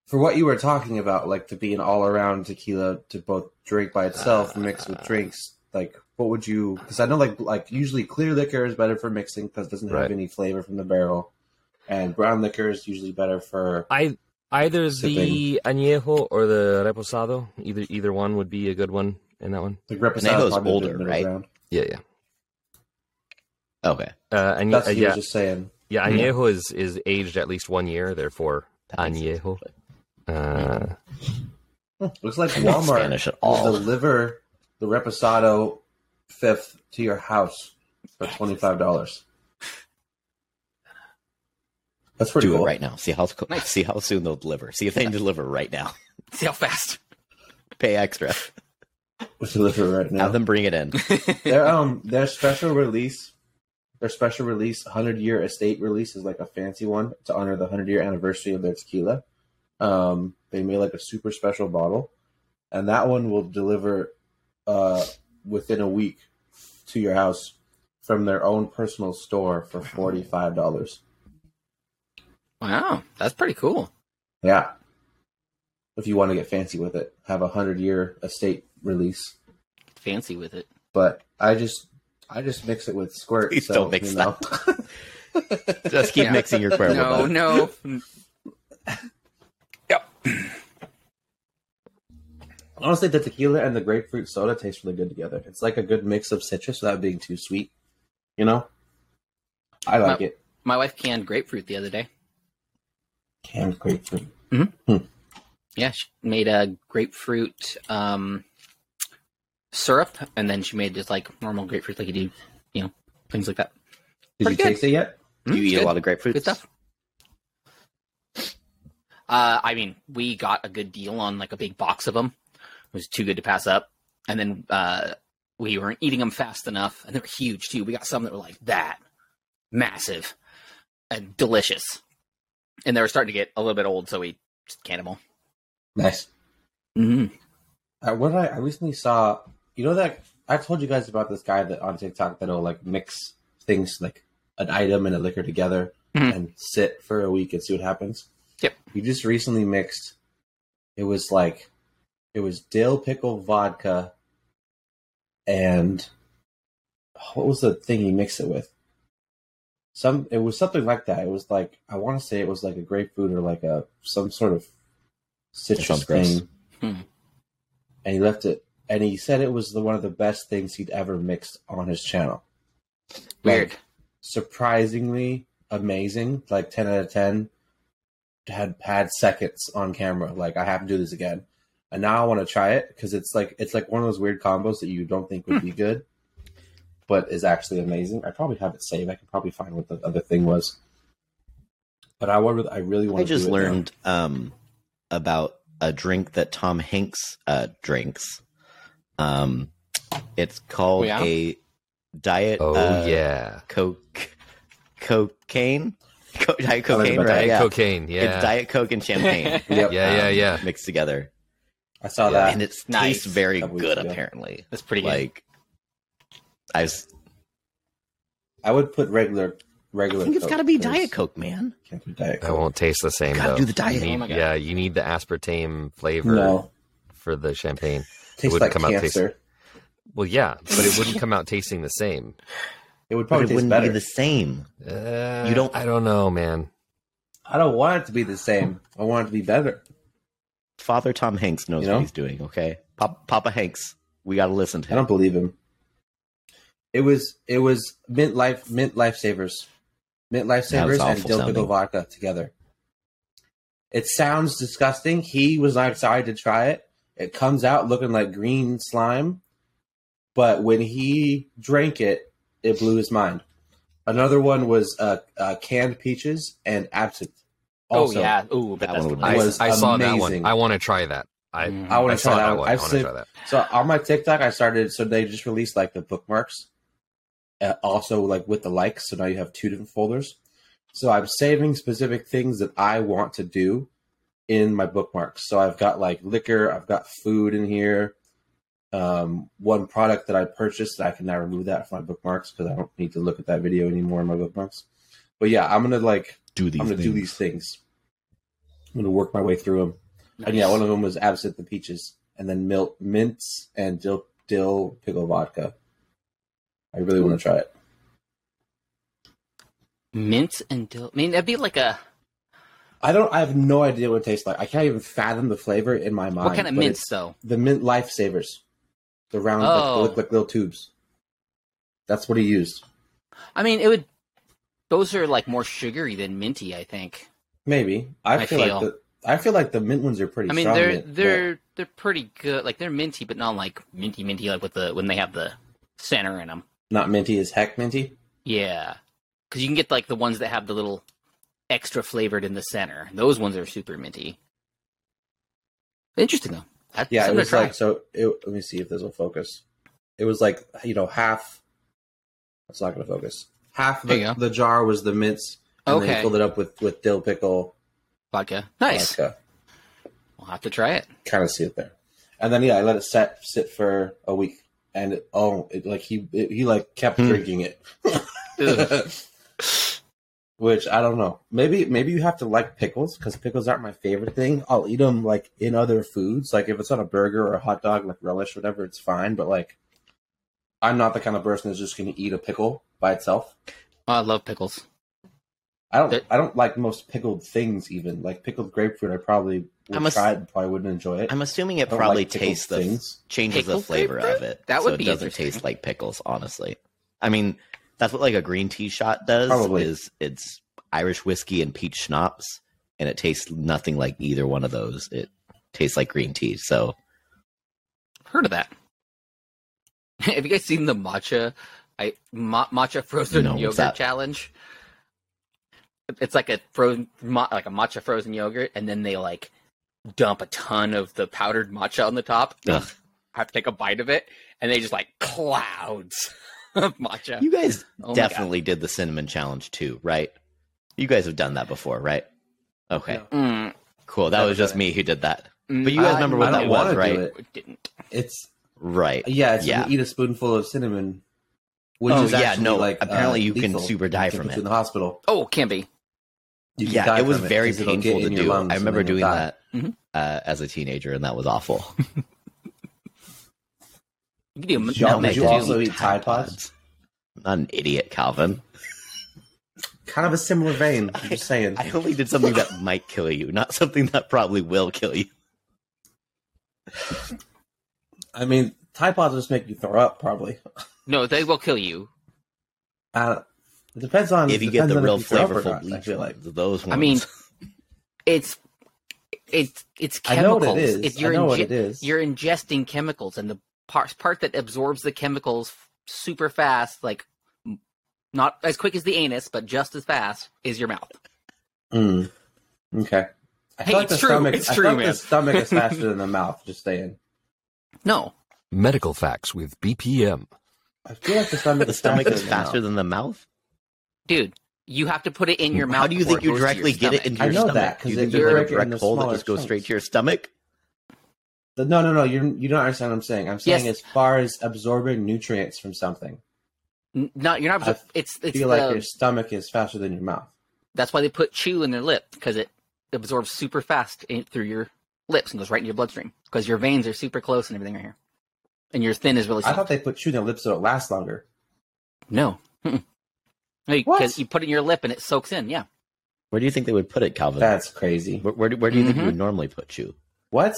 S2: For what you were talking about, like to be an all-around tequila to both drink by itself, mixed with drinks, like what would you? Because I know like like usually clear liquor is better for mixing because it doesn't have
S3: Right.
S2: any flavor from the barrel, and brown liquor is usually better for.
S3: I either the
S2: Sipping.
S3: añejo or the reposado. Either either one would be a good one in that one.
S2: Like Reposado
S4: Anejo's
S2: is probably the
S4: older,
S2: middle
S4: right?
S2: ground.
S3: Yeah, yeah.
S4: Okay.
S3: Uh, añe-
S2: That's
S3: uh,
S2: what you
S3: yeah,
S2: were just saying.
S3: yeah. Añejo is is aged at least one year, therefore
S4: That makes sense.
S3: añejo. Uh,
S2: Looks like
S4: I'm (laughs) not
S2: Walmart
S4: Spanish at all.
S2: will deliver the reposado fifth to your house for twenty five dollars. That's pretty
S4: Do
S2: cool.
S4: it right now. See how (laughs) co- see how soon they'll deliver. See if they deliver right now. (laughs)
S1: See how fast.
S4: Pay extra.
S2: We'll (laughs) deliver it right now.
S4: Have them bring
S1: (laughs)
S4: it in.
S2: their um their special release, their special release hundred year estate release is like a fancy one to honor the hundred year anniversary of their tequila. Um, they made like a super special bottle, and that one will deliver uh within a week to your house from their own personal store for forty five dollars.
S1: Wow, that's pretty cool.
S2: Yeah, if you want to get fancy with it, have a hundred year estate release.
S1: Fancy with it.
S2: But I just I just mix it with squirt.
S4: Please
S2: so,
S4: don't mix
S2: you know.
S4: (laughs) Just keep
S1: Yeah.
S4: mixing your cuervo.
S1: No,
S4: bud.
S1: no.
S2: (laughs) Honestly, the tequila and the grapefruit soda taste really good together. It's like a good mix of citrus without being too sweet. You know, I like
S1: My-
S2: it.
S1: My wife canned grapefruit the other day.
S2: Canned grapefruit.
S1: Yeah, she made a grapefruit um, syrup, and then she made just like normal grapefruit, like you do, you know, things like that.
S2: Did
S1: Pretty
S2: you taste it yet?
S1: Mm,
S4: You eat
S1: good.
S4: a lot of grapefruit.
S1: good stuff. Uh, I mean, we got a good deal on like a big box of them. It was too good to pass up, and then uh, we weren't eating them fast enough, and they were huge too. We got some that were like that, massive, and delicious, and they were starting to get a little bit old, so we just canned them all.
S2: Nice.
S1: Mm-hmm.
S2: Uh, what I, I recently saw, you know that I've told you guys about this guy that on TikTok that'll like mix things like an item and a liquor together
S1: Mhm.
S2: and sit for a week and see what happens.
S1: Yep.
S2: You just recently mixed. It was like it was dill pickle vodka and what was the thing you mixed it with? Some it was something like that. It was like I want to say it was like a grapefruit or like a some sort of citrus
S4: sounds gross.
S2: thing.
S1: Hmm.
S2: And he left it, and he said it was the, one of the best things he'd ever mixed on his channel.
S1: Weird.
S2: Like, surprisingly amazing. Like ten out of ten. Had had seconds on camera. Like I have to do this again, and now I want to try it because it's like it's like one of those weird combos that you don't think would be
S3: Hmm.
S2: good, but is actually amazing. I probably have it saved. I can probably find what the other thing was. But I would. I really want.
S4: I
S2: to
S4: just
S2: do it now.
S4: learned um, about a drink that Tom Hanks uh, drinks. Um, it's called
S1: Oh, yeah?
S4: a diet.
S3: oh
S4: uh,
S3: yeah,
S4: coke, cocaine, Co- diet
S2: I learned
S4: cocaine,
S2: about
S4: right?
S2: diet
S4: yeah,
S3: cocaine. Yeah,
S4: it's diet coke and (laughs) champagne
S2: Yep.
S3: yeah, yeah,
S4: um,
S3: yeah.
S4: mixed together,
S2: I saw
S3: Yeah.
S2: that.
S4: and it
S1: Nice.
S4: tastes very
S2: That was
S4: good.
S2: good.
S4: Apparently,
S1: That's pretty good.
S4: like I, s-
S2: I would put regular
S4: I
S2: regular.
S4: think it's
S2: Coke,
S4: got to be
S2: 'cause
S4: diet coke, man.
S2: Can't do diet
S3: That
S2: Coke.
S3: won't taste the same
S4: Gotta
S3: though.
S4: do the diet.
S3: You need-
S1: Oh my God.
S3: yeah, you need the aspartame flavor
S2: No,
S3: for the champagne.
S2: tastes
S3: wouldn't
S2: like
S3: come out
S2: cancer.
S3: tasty. Well, yeah, but it
S1: (laughs)
S3: wouldn't come out tasting the same.
S2: It would
S4: But
S2: probably
S4: it
S2: taste
S4: wouldn't
S2: better.
S4: be the same.
S3: Uh,
S4: You don't-
S3: I don't know, man.
S2: I don't want it to be the same. I want it to be better.
S4: Father Tom Hanks knows
S2: You know?
S4: what he's doing. Okay, Pop, Papa Hanks, we got to listen to
S2: I
S4: him.
S2: don't believe him. It was it was mint life mint lifesavers, mint lifesavers and
S4: awful
S2: dill pickle
S4: sounding.
S2: vodka together. It sounds disgusting. He was not excited to try it. It comes out looking like green slime, but when he drank it, it blew his mind. Another one was uh, uh, canned peaches and absinthe. Also,
S1: oh yeah. Ooh, but
S4: That
S1: that's
S4: one
S1: the
S4: would
S3: I,
S1: best.
S2: was
S3: I saw that one.
S2: amazing.
S3: I want to try that. I
S1: Mm.
S2: I
S3: I
S2: want to
S3: saw
S2: try
S3: that
S2: that.
S3: one.
S2: one.
S3: I
S2: I've
S3: want to
S2: seen-
S3: try that.
S2: So on my TikTok, I started. So they just released like the bookmarks, uh, also like with the likes. So now you have two different folders. So I'm saving specific things that I want to do in my bookmarks. So I've got like liquor, I've got food in here. Um, one product that I purchased, I can now remove that from my bookmarks because I don't need to look at that video anymore in my bookmarks. But yeah, I'm gonna like
S4: Do these
S2: I'm gonna
S4: things.
S2: do these things. I'm gonna work my way through them.
S1: Mm-hmm.
S2: And Uh, yeah, one of them was absinthe and peaches, and then milk, mints and dill dill pickle vodka. I really want to try it.
S1: Mint and dill. I mean, that'd be like a
S2: I don't. I have no idea what it tastes like. I can't even fathom the flavor in my mind.
S1: what kind of
S2: but
S1: mints
S2: it's
S1: though?
S2: The mint lifesavers. The round, like,
S1: Oh.
S2: they look like little tubes. That's what he used.
S1: I mean, it would. Those are like more sugary than minty. I think.
S2: Maybe I,
S1: I
S2: feel,
S1: feel.
S2: like the. I feel like the mint ones are pretty.
S1: I mean,
S2: strong
S1: they're
S2: mint, but-
S1: they're they're pretty good. Like they're minty, but not like minty minty like with the when they have the center in them.
S2: not minty as heck minty.
S1: Yeah, because you can get like the ones that have the little extra flavored in the center. Those ones are super minty. Interesting though. That's
S2: Yeah, it
S1: something to
S2: was
S1: try.
S2: like so. It, let me see if this will focus. It was like you know half. It's not going to focus. Half
S1: There you
S2: the,
S1: go.
S2: the jar was the mints, and then
S1: Okay.
S2: he filled it up with with dill pickle
S1: vodka. Nice.
S2: vodka.
S1: We'll have to try it.
S2: Kind of see it there, and then yeah, I let it set sit for a week, and it, oh, it, like he it, he like kept
S4: Hmm.
S2: drinking it. (laughs)
S1: Ugh.
S2: Which I don't know. Maybe maybe you have to like pickles because pickles aren't my favorite thing. I'll eat them like in other foods. Like if it's on a burger or a hot dog, like relish, whatever, it's fine. But like, I'm not the kind of person that's just going to eat a pickle by itself.
S1: Oh, I love pickles.
S2: I don't.
S1: There-
S2: I don't like most pickled things. Even like pickled grapefruit, I probably would
S4: I'm a s-
S2: try it and probably wouldn't enjoy it.
S4: I'm assuming
S2: I
S4: it
S2: don't
S4: probably
S2: like pickled
S4: tastes the
S2: things.
S4: changes the
S1: Pickled
S4: flavor of
S1: grapefruit?
S4: it.
S1: That
S4: so
S1: would
S4: it
S1: be
S4: doesn't
S1: interesting.
S4: taste like pickles, honestly. I mean, that's what like a green tea shot does.
S2: Probably.
S4: is it's Irish whiskey and peach schnapps, and it tastes nothing like either one of those. It tastes like green tea. So
S1: Heard of that? (laughs) have you guys seen the matcha, I ma- matcha frozen
S4: No, what's
S1: yogurt
S4: that?
S1: challenge? It's like a frozen, ma- like a matcha frozen yogurt, and then they like dump a ton of the powdered matcha on the top. I
S4: Ugh.
S1: (laughs) have to take a bite of it, and they just like clouds (laughs) of matcha.
S4: you guys
S1: Oh my God.
S4: definitely did the cinnamon challenge too, right? You guys have done that before, right? Okay,
S2: No.
S1: Mm,
S4: cool. That
S2: Never
S4: was just
S2: done
S4: me who did that.
S1: mm,
S4: But you guys
S1: I-
S4: remember what
S1: I
S2: I
S4: that
S2: don't
S1: don't
S4: was,
S2: wanna do
S4: right?
S2: it.
S1: Didn't.
S2: It's
S4: Right.
S2: yeah. It's yeah.
S4: Yeah.
S2: You eat a spoonful of cinnamon, which
S4: Oh,
S2: is
S4: yeah,
S2: actually
S4: no,
S2: like
S4: apparently
S2: uh,
S4: you can
S2: lethal.
S4: super die
S2: You can
S4: from
S2: put
S4: it.
S2: you in the hospital.
S1: Oh, can be.
S2: You can
S4: yeah,
S2: die
S4: it was
S2: from
S4: very
S2: 'cause it'll get
S4: painful to
S2: in your
S4: do.
S2: lungs
S4: I
S2: and
S4: remember
S2: then you'll
S4: doing
S2: die.
S4: that
S1: Mhm.
S4: uh, as a teenager, and that
S2: (laughs)
S4: was awful.
S1: You can do a
S2: Y'all-
S1: nutmeg
S2: did you
S1: too.
S2: also eat Tide Pods?
S4: I'm not an idiot, Calvin.
S2: Kind of a similar vein. I'm just saying.
S4: I only did
S1: (laughs)
S4: something that might kill you, not something that probably will kill you.
S2: I mean, Tide Pods just make you throw up, probably.
S1: No, they will kill you.
S2: Uh, it depends on
S4: if you get the
S2: depends on
S4: real
S2: if you throw up or
S4: flavorful
S2: not, I
S4: bleach
S2: feel like
S4: ones, those ones. (laughs)
S1: I mean, it's it's it's
S2: I know
S1: chemicals.
S2: what it is.
S1: It's-
S2: I
S1: you're
S2: know what
S1: inje-
S2: it is.
S1: You're ingesting chemicals, and the part part that absorbs the chemicals f- super fast, like m- not as quick as the anus, but just as fast, is your mouth.
S2: Mm. Okay. I
S1: Hey,
S2: feel like
S1: it's
S2: the
S1: true.
S2: Stomach,
S1: It's
S2: I feel
S1: true,
S2: like
S1: man.
S2: The
S1: (laughs)
S2: stomach is faster than the mouth. Just saying.
S1: No,
S3: Medical facts with BPM.
S2: I feel like the stomach
S4: the
S2: is
S1: (laughs)
S4: stomach
S2: faster
S4: is
S2: than
S4: faster
S2: The
S4: than the mouth.
S1: dude, you have to put it in your mouth.
S4: How do you
S1: before
S4: think you
S1: goes to your
S4: directly get it into
S2: I
S4: your
S2: know
S4: stomach?
S2: that, 'cause
S4: you
S2: it-
S4: think
S1: you
S4: there's like
S2: break it
S4: a direct
S2: into
S4: hole that
S2: smaller
S4: just goes straight
S2: chunks.
S4: to your stomach?
S2: mouth. no, no, no. You're, you don't understand what I'm saying. I'm saying
S1: Yes.
S2: as far as absorbing nutrients from something,
S1: N- No, you're not.
S2: I
S1: it's
S2: I
S1: it's the,
S2: feel like your stomach is faster than your mouth.
S1: that's why they put chew in their lip because it absorbs super fast in, through your lips and goes right into your bloodstream because your veins are super close and everything right here, and your thin is really.
S2: I
S1: soft.
S2: thought they put chew in their lips so it lasts longer.
S1: No. Mm-mm. No,
S2: What?
S1: because you put it in your lip and it soaks in. Yeah,
S4: Where do you think they would put it, Calvin?
S2: That's crazy.
S4: where, where do, where do you think
S1: Mhm.
S4: you would normally put you?
S2: What?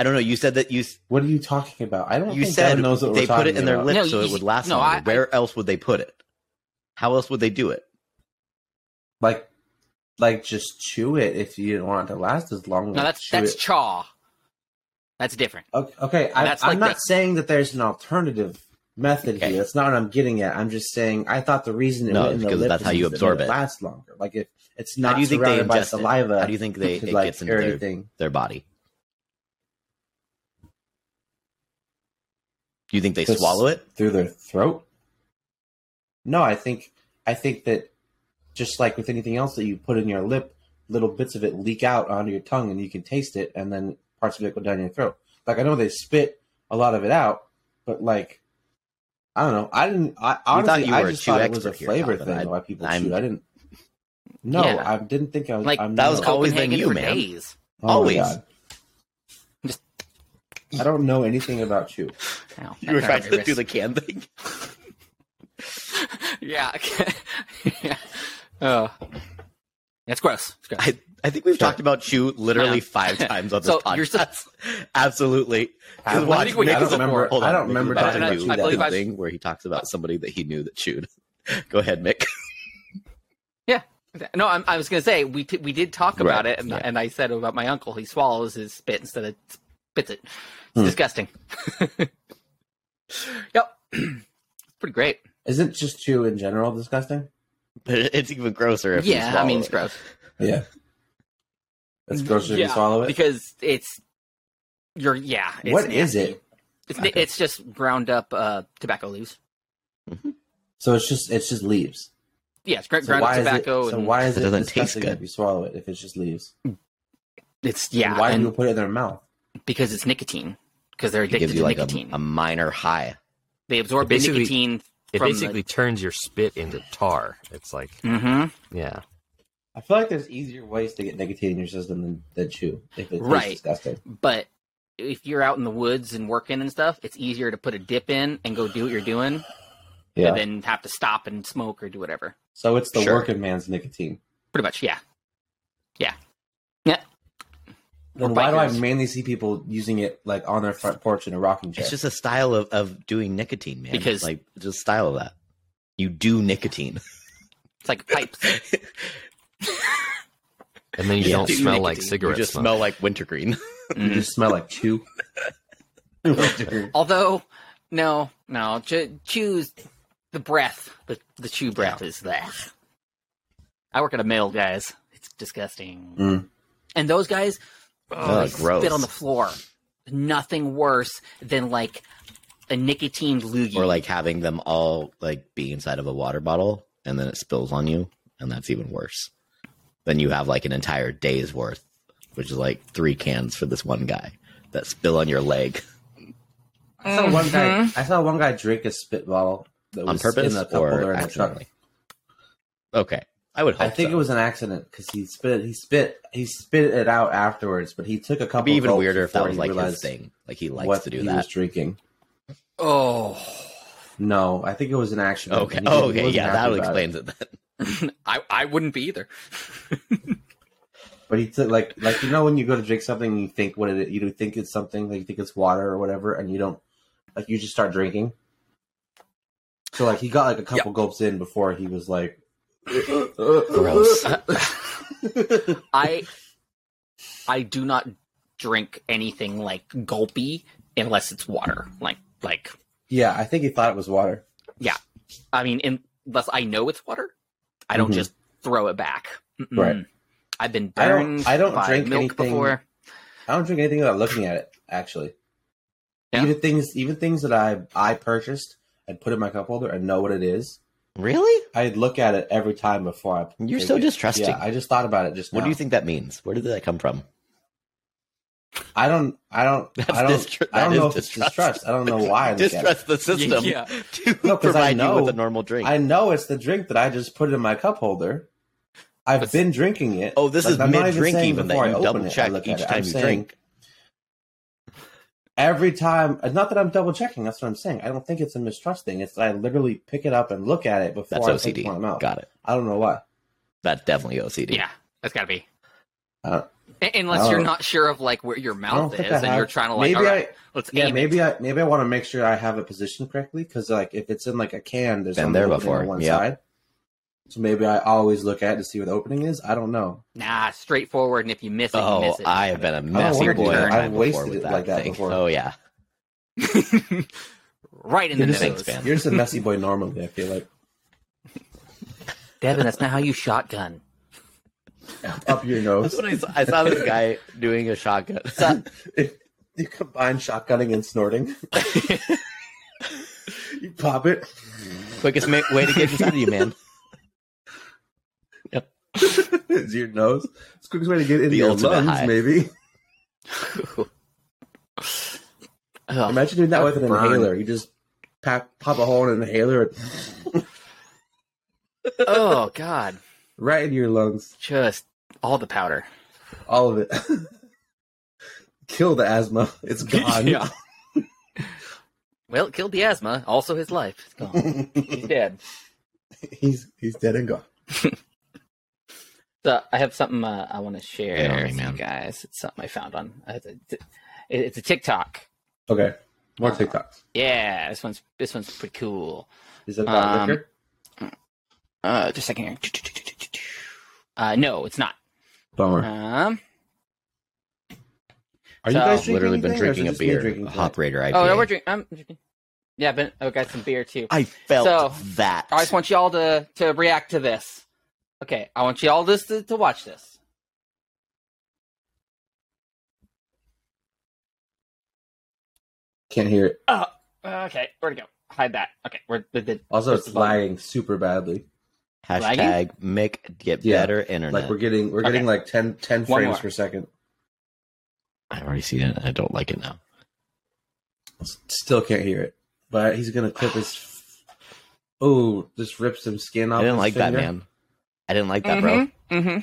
S4: I don't know. You said that you s-
S2: What are you talking about? I don't.
S4: you
S2: think
S4: said
S2: Devin knows what
S4: they
S2: we're
S4: put
S2: talking
S4: it in their
S2: about.
S4: lips
S1: No,
S4: so
S1: you-
S4: it would last
S1: no,
S4: longer.
S1: I- I-
S4: Where else would they put it? How else would they do it?
S2: like like just chew it if you didn't want it to last as long.
S1: no,
S2: like,
S1: that's
S2: chew
S1: that's
S2: it.
S1: chaw. That's different.
S2: okay. okay, I,
S1: that's like
S2: I'm not
S1: the-
S2: saying that there's an alternative method
S4: Okay.
S2: here. That's not what I'm getting at. I'm just saying I thought the reason it
S4: No,
S2: went in the
S4: because
S2: lip
S4: that's
S2: is
S4: how you
S2: because
S4: absorb
S2: it. made
S4: it.
S2: Lasts longer. Like if it's
S4: How
S2: not
S4: do you think they
S2: surrounded by
S4: ingest it?
S2: saliva.
S4: How do you think
S2: (laughs)
S4: they
S2: it's
S4: it
S2: like
S4: gets into
S2: or
S4: their,
S2: anything?
S4: their body? Do you think they
S2: This-
S4: swallow it?
S2: through their throat? No, I think I think that just like with anything else that you put in your lip, little bits of it leak out onto your tongue and you can taste it and then parts of it go down your throat. Like I know they spit a lot of it out, but like I don't know. I didn't I honestly
S4: you
S2: I
S4: were a
S2: just
S4: chew
S2: thought it was a
S4: expert here,
S2: flavor
S4: Calvin.
S2: thing
S4: I-
S2: why people
S4: I'm-
S2: chew. I didn't No,
S1: Yeah.
S2: I didn't think I was
S1: Like,
S2: I'm
S4: that was
S2: not-
S4: always been
S1: Copenhagen
S4: you,
S1: for
S4: man.
S1: days.
S2: Oh my
S4: always.
S2: God.
S1: Just-
S2: I don't know anything about chew.
S1: Ow,
S4: You were
S1: that
S4: trying
S1: hurt my
S4: to do
S1: wrist.
S4: the can thing.
S1: (laughs) yeah. (laughs) yeah. Oh. That's gross. It's gross.
S4: I, I think we've talked about Chew literally
S1: Yeah.
S4: five (laughs) times on this
S1: So, you're
S4: podcast. (laughs) Absolutely. 'Cause
S2: I
S4: watch,
S1: think we-
S4: Nick
S1: I
S2: don't
S4: is a-
S2: remember-
S4: hold on,
S2: I don't
S4: Nick is
S2: remember
S4: about to
S1: talking to
S4: do
S1: you. I
S4: that
S1: believe I've-
S4: thing where he talks about somebody that he knew (laughs) that chewed. Go ahead, Mick.
S1: No, I'm, I was going to say we t- we did talk about
S4: Right,
S1: it, and,
S4: yeah.
S1: and I said about my uncle. He swallows his spit instead of spits it. It's
S2: Hmm.
S1: disgusting. (laughs) yep, (clears throat) it's pretty great.
S2: Isn't just chew in general disgusting?
S4: But it's even grosser if you
S1: yeah, I mean
S4: swallow
S1: it's
S4: it.
S1: gross
S2: Yeah. It's gross if you
S1: Mm, Yeah,
S2: swallow it.
S1: because it's you're yeah. It's
S2: What is
S1: nasty.
S2: it?
S1: It's, it's just ground up uh, tobacco leaves.
S2: So it's just it's just leaves.
S1: Yeah, it's gr-
S2: So
S1: ground up
S2: why is it?
S1: tobacco.
S2: So
S1: and
S2: why is
S4: It
S2: it,
S4: doesn't taste
S2: disgusting
S4: good.
S2: if you swallow it if it's just leaves?
S1: It's yeah,
S2: why
S1: and
S2: do people put it in their mouth?
S1: because it's nicotine. Because they're
S4: It
S1: addicted
S4: gives
S1: to
S4: you like a,
S1: nicotine.
S2: um,
S4: a minor high.
S1: they absorb
S3: It
S1: the
S3: basically-
S1: nicotine.
S3: It
S1: from
S3: basically turns your spit into tar. It's like,
S1: The, mm-hmm.
S3: yeah,
S2: I feel like there's easier ways to get nicotine in your system than, than chew if it's
S1: Right.
S2: disgusting.
S1: but if you're out in the woods and working and stuff, it's easier to put a dip in and go do what you're doing
S2: Yeah.
S1: than have to stop and smoke or do whatever.
S2: So it's the
S4: Sure.
S2: working man's nicotine.
S1: Pretty much, yeah.
S2: Then why do I
S1: bikers.
S2: mainly see people using it like on their front porch in a rocking chair?
S4: It's just a style of, of doing nicotine, man.
S1: Because-
S4: like just style of that. You do nicotine.
S1: It's like pipes.
S2: (laughs)
S3: and then you
S4: (laughs) Yeah.
S3: don't
S4: Do
S3: smell
S4: nicotine.
S3: like cigarette
S4: You just
S3: smoke.
S4: smell like wintergreen.
S2: you
S1: Mm.
S2: just smell
S1: (laughs)
S2: like chew. (laughs)
S1: Although, no, no, ch- choose the breath. The the chew breath is that. I work at a mill, guys. It's disgusting.
S2: Mm.
S1: And those guys, oh,
S4: Ugh,
S1: they
S4: gross.
S1: spit on the floor. Nothing worse than like a nicotine loogie.
S4: or like having them all like be inside of a water bottle and then it spills on you and that's even worse then you have like an entire day's worth which is like three cans for this one guy that spill on your leg
S2: I saw one
S1: Mm-hmm.
S2: guy. I saw one guy drink a spit bottle that was
S4: on
S2: in
S4: purpose
S2: the cup holder
S4: or
S2: in the truck.
S4: accidentally okay i would hope
S2: I think
S4: so.
S2: it was an accident because he spit. He spit. He spit it out afterwards, but he took a couple.
S4: It'd be even
S2: gulps
S4: weirder if that
S2: before
S4: was
S2: he
S4: like his
S2: realized
S4: thing like he likes
S2: what
S4: to do
S2: he
S4: that
S2: was drinking.
S1: oh.
S2: No, I think it was an accident.
S4: okay
S2: He
S4: oh,
S2: wasn't
S4: okay yeah
S2: happy
S4: that'll
S2: about it.
S4: explain it then
S1: (laughs) I, I wouldn't be either.
S2: But he took like like you know when you go to drink something and you think what it you think it's something like you think it's water or whatever and you don't like you just start drinking. So like he got like a couple gulps in before he was like
S4: Gross.
S2: (laughs)
S1: I I do not drink anything like gulpy unless it's water. Like like
S2: yeah, I think he thought it was water.
S1: I mean in, unless I know it's water, I don't
S2: Mhm.
S1: just throw it back. Mm-mm.
S2: Right.
S1: I've been
S2: I don't-
S1: burned
S2: I don't
S1: by
S2: drink
S1: milk
S2: anything-
S1: before.
S2: I don't drink anything without looking at it. Actually,
S1: Yeah.
S2: even things even things that I I purchased and put in my cup holder and know what it is.
S4: really
S2: I look at it every time before I.
S4: You're
S2: take
S4: so
S2: it.
S4: distrusting.
S2: Yeah, I just thought about it just.
S4: what
S2: now.
S4: do you think that means where did that come from
S2: I don't. I don't.
S4: That's
S2: I don't.
S4: distru-
S2: I don't
S4: that
S2: know
S4: is
S2: if it's
S4: distrust.
S2: distrust. I don't know why. I look at it.
S4: distrust the system
S1: Yeah.
S4: (laughs) to
S2: No, 'cause I
S4: provide you with
S2: know-
S4: a normal drink
S2: I know it's the drink that I just put in my cup holder. I've
S1: That's-
S2: been drinking it.
S4: Oh, this
S2: Like,
S4: is
S2: I'm not
S4: mid drink
S2: saying
S4: even that
S2: before I
S4: you
S2: open
S4: double
S2: it, I
S4: check
S2: look at
S4: each
S2: it.
S4: time
S2: I'm
S4: you
S2: saying
S4: drink.
S2: Every time, and not that I'm double checking. That's what I'm saying. I don't think it's a mistrust thing. It's that I literally pick it up and look at it before
S4: That's
S2: I put it
S4: OCD.
S2: in my mouth.
S4: Got it.
S2: I don't know why.
S4: That's definitely OCD.
S1: Yeah, that's gotta be.
S2: I don't,
S1: U- Unless
S2: I
S1: you're
S2: don't-
S1: not sure of like where your
S2: Uh, oh. I don't
S1: mouth
S2: think
S1: is
S2: I
S1: and
S2: have-
S1: you're trying to like
S2: maybe
S1: all right,
S2: I
S1: let's
S2: yeah
S1: aim Oh, it.
S2: maybe I maybe I want to make sure I have it positioned correctly because like if it's in like a can, there's
S4: Been
S2: only
S4: there
S2: opening
S4: before,
S2: on one
S4: yeah.
S2: side. So maybe I always look at it to see where the opening is. I don't know.
S1: Nah, straightforward and if you miss it, you
S4: Oh,
S1: miss it.
S4: I have been a
S2: wanna
S4: messy
S1: do
S4: boy.
S1: that.
S2: I've
S4: at time before
S2: wasted
S4: with
S2: it like that
S4: thing.
S2: before. (laughs)
S4: Oh yeah,
S1: right in the nose.
S2: You're just,
S4: Thanks,
S2: a,
S4: man.
S2: you're just a messy boy normally. I feel like
S1: Devin, that's not how you shotgun.
S2: up your
S4: that's
S2: nose.
S4: what I saw. I saw this guy doing a shotgun. (laughs)
S2: (laughs) if you combine shotgunning and snorting, you pop it. (laughs)
S4: Quickest ma- way to get this out of you, man. Yep.
S2: it's your nose. It's the quickest way to get in
S4: The
S2: your
S4: ultimate
S2: lungs,
S4: high. (laughs)
S2: maybe.
S1: Oh,
S3: Ugh.
S2: Imagine doing that with an
S3: Burn.
S2: inhaler. You just pop, pop a hole in an inhaler and (laughs)
S1: oh God,
S2: right into your lungs.
S1: just all the powder.
S2: All of it. (laughs) Kill the asthma.
S4: (laughs)
S2: It's gone.
S3: Yeah.
S1: Well, it killed the asthma. Also, his life. It's gone. He's dead.
S2: (laughs) he's he's dead and gone.
S1: So I have something uh, I want to share
S4: Yeah,
S1: with
S4: right, man.
S1: you guys. It's something I found on. I had to- it- It's a TikTok.
S2: Okay. More TikToks.
S1: Yeah, this one's this one's pretty cool.
S2: Is it about
S1: Um,
S2: liquor?
S1: Uh, just a second here. Uh, no, it's not.
S2: Bummer.
S1: Um,
S2: Are
S1: so-
S2: you guys
S4: I've literally been
S2: anything, or is it
S4: drinking a
S2: just me
S4: beer,
S2: drinking
S4: a
S2: tonight?
S4: Hop Raider IPA.
S1: oh, no, we're drinking. I'm drinking. Yeah, but I've got some beer too.
S4: I felt
S1: So,
S4: that.
S1: I just want y'all to to react to this. Okay, I want y'all just to, to watch this.
S2: Can't hear it.
S1: Okay, where'd it go? Hide that. Okay, we're the, the,
S2: Also,
S1: It's
S2: it's lagging super badly.
S4: Hashtag Mick get
S2: Yeah.
S4: better internet.
S2: Like we're getting we're getting
S1: Okay.
S2: like 10, 10
S1: One
S2: frames
S1: more.
S2: per second.
S4: I've already seen it. I don't like it now.
S2: S- Still can't hear it. But he's gonna clip his. F- oh, just rip some skin off.
S4: I didn't
S2: his
S4: like
S2: finger.
S4: that, man. I didn't like that, bro.
S1: Mm-hmm.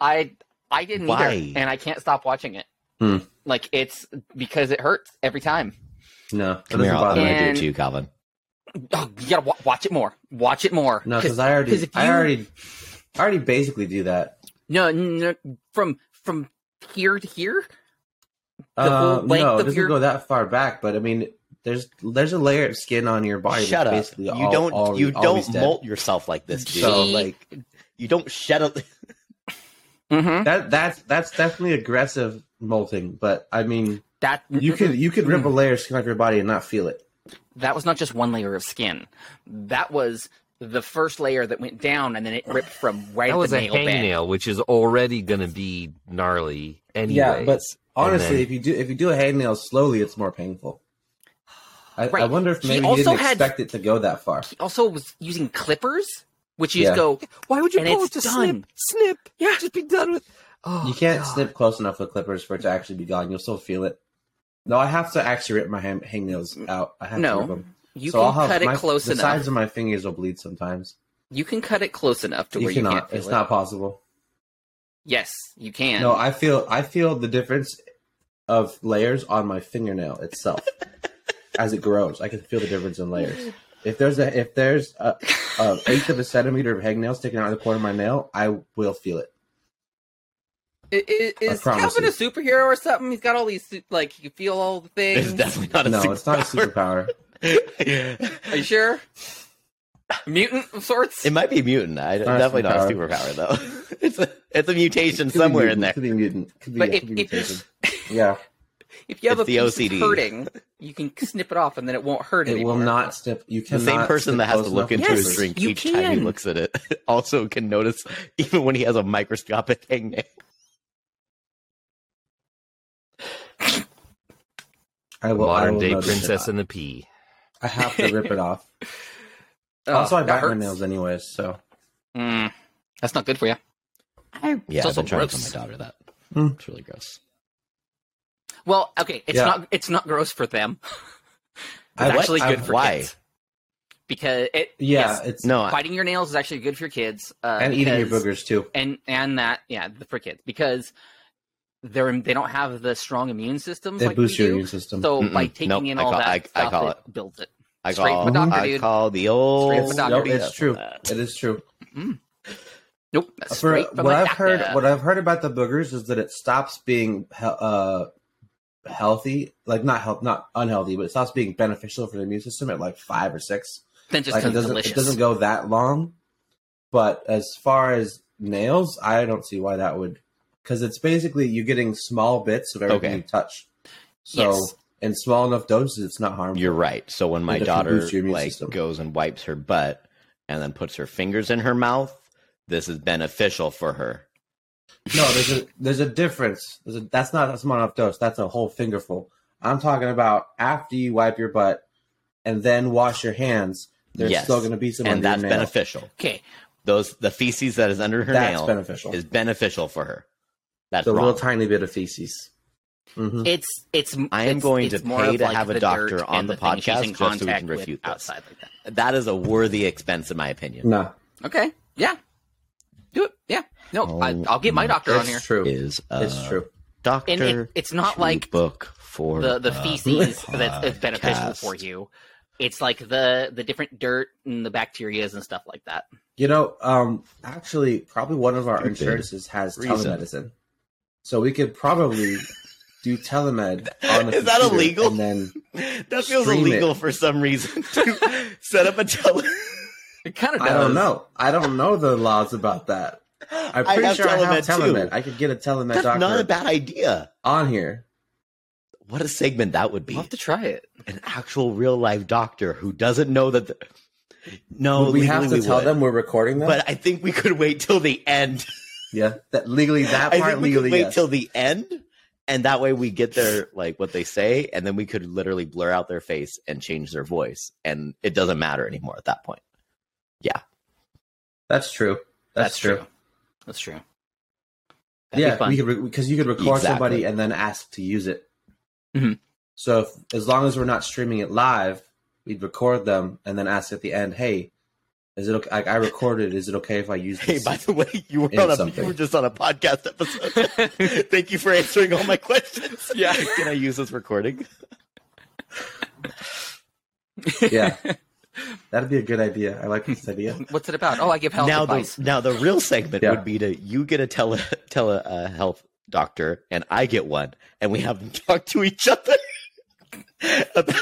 S1: I I didn't
S4: Why?
S1: either, and I can't stop watching it.
S2: Hmm.
S1: Like it's because it hurts every time.
S2: No, that
S4: Come here,
S2: doesn't
S4: I'll, I'm
S2: bother
S1: Yeah.
S2: me.
S4: gonna do it
S1: And-
S4: to you, Calvin.
S1: Oh, you gotta wa- watch it more. Watch it more.
S2: No,
S1: 'Cause
S2: because I already,
S1: 'cause if
S2: I
S1: you-
S2: already, I already basically do that.
S1: No, no, from from here to here. The
S2: Uh,
S1: whole length
S2: no, it
S1: of
S2: doesn't
S1: your-
S2: go that far back. But I mean, there's there's a layer of skin on your body.
S4: Shut
S2: that's
S4: up.
S2: Basically
S4: You
S2: all-
S4: don't
S2: all-
S4: you
S2: always
S4: don't
S2: dead.
S4: molt yourself like this, dude.
S2: So
S1: Gee.
S2: like
S4: You don't shed a (laughs)
S1: Mm-hmm.
S2: that that's that's definitely aggressive molting. But I mean,
S1: That
S2: you could you could rip a layer of skin off your body and not feel it.
S1: that was not just one layer of skin. That was the first layer that went down, and then it ripped
S2: (sighs)
S1: from right
S3: That
S1: at
S3: was
S1: the
S3: a
S1: nail bed.
S3: hangnail, which is already going to be gnarly anyway.
S2: Yeah, but honestly,
S3: And then-
S2: if you do if you do a hangnail slowly, it's more painful. I, I
S1: Right.
S2: wonder if
S1: He
S2: maybe you
S1: also
S2: didn't
S1: had-
S2: expect it to go that far.
S1: He also was using clippers, which you just
S2: Yeah.
S1: go.
S3: why would you
S1: and
S3: pull it
S1: it's
S3: to
S1: done.
S3: snip? Snip. Yeah, just be done with. Oh,
S2: You can't
S3: God.
S2: snip close enough with clippers for it to actually be gone. You'll still feel it. No, I have to actually rip my hand, hangnails out. I have
S1: Mm, No.
S2: to rip them.
S1: You
S2: So I'll
S1: can
S2: have
S1: cut
S2: my-
S1: it close
S2: the
S1: enough.
S2: sides of my fingers will bleed sometimes.
S1: You can cut it close enough to
S2: You
S1: where you can't
S2: cannot.
S1: feel
S2: it's
S1: it.
S2: not possible.
S1: Yes, you can.
S2: No, I feel. I feel the difference of layers on my fingernail
S4: (laughs)
S2: itself as it grows. I can feel the difference in layers. If there's a if there's a, a eighth of a centimeter of hangnail sticking out of the corner of my nail, I will feel it.
S1: I- I-
S2: I
S1: is
S2: promise
S1: Calvin
S2: you.
S1: a superhero or something? He's got all these su- like he can feel all the
S4: It's
S1: things.
S4: definitely not a
S2: Mm. No, it's not a superpower.
S1: Are you
S2: (laughs)
S1: sure? A mutant of sorts.
S4: (laughs) It might be a mutant. I,
S2: not a
S4: definitely not a superpower though. (laughs) it's a (laughs) it's a mutation
S2: Could be
S4: somewhere in
S2: mutant,
S4: there.
S2: Could be mutant. Could be,
S1: But if-
S2: could be
S1: if you-
S2: mutation.
S4: (laughs)
S2: Yeah.
S1: If you have
S4: It's
S1: a
S4: the
S1: piece
S4: OCD.
S1: of hurting, you
S2: (laughs)
S1: can snip it off, and then it won't hurt
S2: It
S1: anymore.
S2: will not snip. You
S4: The
S2: cannot.
S4: same person
S2: snip
S4: that has
S2: close
S4: to look
S2: enough
S4: into
S1: Yes,
S2: with scissors.
S4: his drink
S1: you
S4: each time he
S1: can.
S4: looks at it (laughs) also can notice even when he has a microscopic hangnail.
S2: I will, I
S3: modern
S2: will
S3: day
S2: notice
S3: princess
S2: It.
S3: and the pea.
S2: I have to rip it
S4: (laughs)
S2: off.
S4: Oh,
S1: Ugh,
S2: also, I
S1: Oh, that
S2: bite my
S1: hurts.
S2: nails anyways, so
S1: Mm, that's not good for you.
S4: Yeah, I've
S1: also
S4: been trying
S1: gross.
S4: to tell my daughter that.
S2: Hmm.
S4: It's really gross.
S1: Well, okay, it's
S2: Yeah.
S1: not it's not gross for them. It's
S2: I-
S1: actually
S2: I-
S1: good for
S4: why?
S1: kids because it
S2: yeah,
S1: yes,
S2: it's
S4: No, I,
S1: biting your nails is actually good for kids. Uh,
S2: and eating your
S1: because-
S2: boogers too.
S1: and and that yeah for kids because they're they don't have the strong immune systems
S2: It
S1: like
S2: boosts
S1: we
S2: your
S1: do.
S2: immune system.
S1: So by
S4: Mm-mm.
S1: taking
S4: Nope,
S1: in
S4: I
S1: all
S4: call-
S1: that
S4: I- I
S1: stuff,
S4: call
S1: it, builds it.
S4: I
S1: straight
S4: call
S1: from the doctor,
S4: I
S1: dude.
S4: call the
S1: Straight
S4: old
S1: from the
S2: Nope,
S1: doctor.
S2: it's true. It is true.
S1: Nope, that's
S2: For,
S1: straight from
S2: what
S1: the
S2: I've
S1: doctor.
S2: heard, what I've heard about the boogers is that it stops being he- uh, healthy, like not health, not unhealthy, but it stops being beneficial for the immune system at like five or six.
S1: then just
S2: like it
S1: comes
S2: doesn't,
S1: delicious.
S2: it doesn't go that long. But as far as nails, I don't see why that would, because it's basically you getting small bits of everything
S4: Okay.
S2: you touch. So
S1: Yes.
S2: in small enough doses, it's not harmful.
S4: You're right. So when my
S2: It definitely
S4: daughter
S2: boosts your immune
S4: like
S2: system.
S4: goes and wipes her butt and then puts her fingers in her mouth, this is beneficial for her.
S2: No, there's a there's a difference. There's a, that's not a small enough dose. That's a whole fingerful. I'm talking about after you wipe your butt and then wash your hands. There's
S4: Yes.
S2: still going to be some
S4: and
S2: under your
S4: that's
S2: nail.
S4: beneficial.
S1: Okay,
S4: Those the feces that is under her
S2: That's
S4: nail
S2: beneficial.
S4: is beneficial for her. That's
S2: the little
S4: wrong.
S2: tiny bit of feces. Mhm.
S1: It's it's.
S4: I am
S1: it's-
S4: going
S1: it's
S4: to
S1: more
S4: pay
S1: of
S4: to
S1: like
S4: have a
S1: the
S4: doctor
S1: dirt
S4: on
S1: and
S4: the
S1: thing she's
S4: podcast
S1: in
S4: just so we can
S1: contact with
S4: refute this.
S1: outside like that.
S4: that is a worthy expense in my opinion.
S2: No,
S1: Okay, yeah, do it. Yeah, no, I,
S4: Oh
S1: I'll get my
S4: my-
S1: doctor on
S2: it's
S1: here.
S2: true.
S4: Is uh,
S2: it's true.
S4: Doctor
S1: And it, it's not
S4: to
S1: like
S4: book for uh,
S1: the
S2: uh,
S1: the
S2: (laughs)
S4: a
S1: feces that's it's beneficial
S4: podcast.
S1: for you. It's like the the different dirt and the bacterias and stuff like that.
S2: You know, um, actually, probably one of our
S4: Stupid
S2: insurances has
S4: reason.
S2: telemedicine, so we could probably do
S4: (laughs)
S2: telemed. On the
S4: Is that
S2: computer
S4: illegal?
S2: And
S4: (laughs)
S2: then
S4: (laughs) That feels
S2: Stream
S4: illegal
S2: it.
S4: for some reason to (laughs) set up a tele.
S1: It kind of
S2: I don't know. I don't know the laws about that. I'm pretty sure I have telemed. I could get a telemed
S4: That's
S2: doctor
S4: not a bad idea.
S2: on here.
S4: What a segment that would be.
S1: I'll have to try it.
S4: An actual real life doctor who doesn't know that. The... No,
S2: Would we have to
S4: legally we
S2: tell
S4: would.
S2: them we're recording them.
S4: But I think we could wait till the end.
S2: yeah, that legally that
S4: I
S2: part
S4: think we
S2: legally.
S4: could wait
S2: yes.
S4: till the end, and that way we get their like what they say, and then we could literally blur out their face and change their voice, and it doesn't matter anymore at that point.
S2: That's true. That's, true.
S1: That's true.
S2: yeah,
S1: fun.
S2: we could because you could record
S4: Exactly. Mm-hmm.
S2: somebody and then ask to use it.
S1: Mhm.
S2: So if, as long as we're not streaming it live, we'd record them and then ask at the end, "Hey, is it okay? Like, I recorded. Is it okay if I use
S4: Hey,
S2: this?"
S4: by the way, you were
S2: In
S4: on a
S2: something.
S4: you were just on a podcast (laughs) episode. Thank you for answering all my questions.
S1: (laughs) Yeah.
S4: can I use this recording? (laughs)
S2: yeah, that'd be a good idea. I like this idea.
S1: (laughs) What's it about? Oh, I give health
S4: now
S1: advice.
S4: the now the real segment
S2: Yeah.
S4: would be to you get a tele tele uh, health doctor and I get one, and we have them talk to each other. (laughs) about-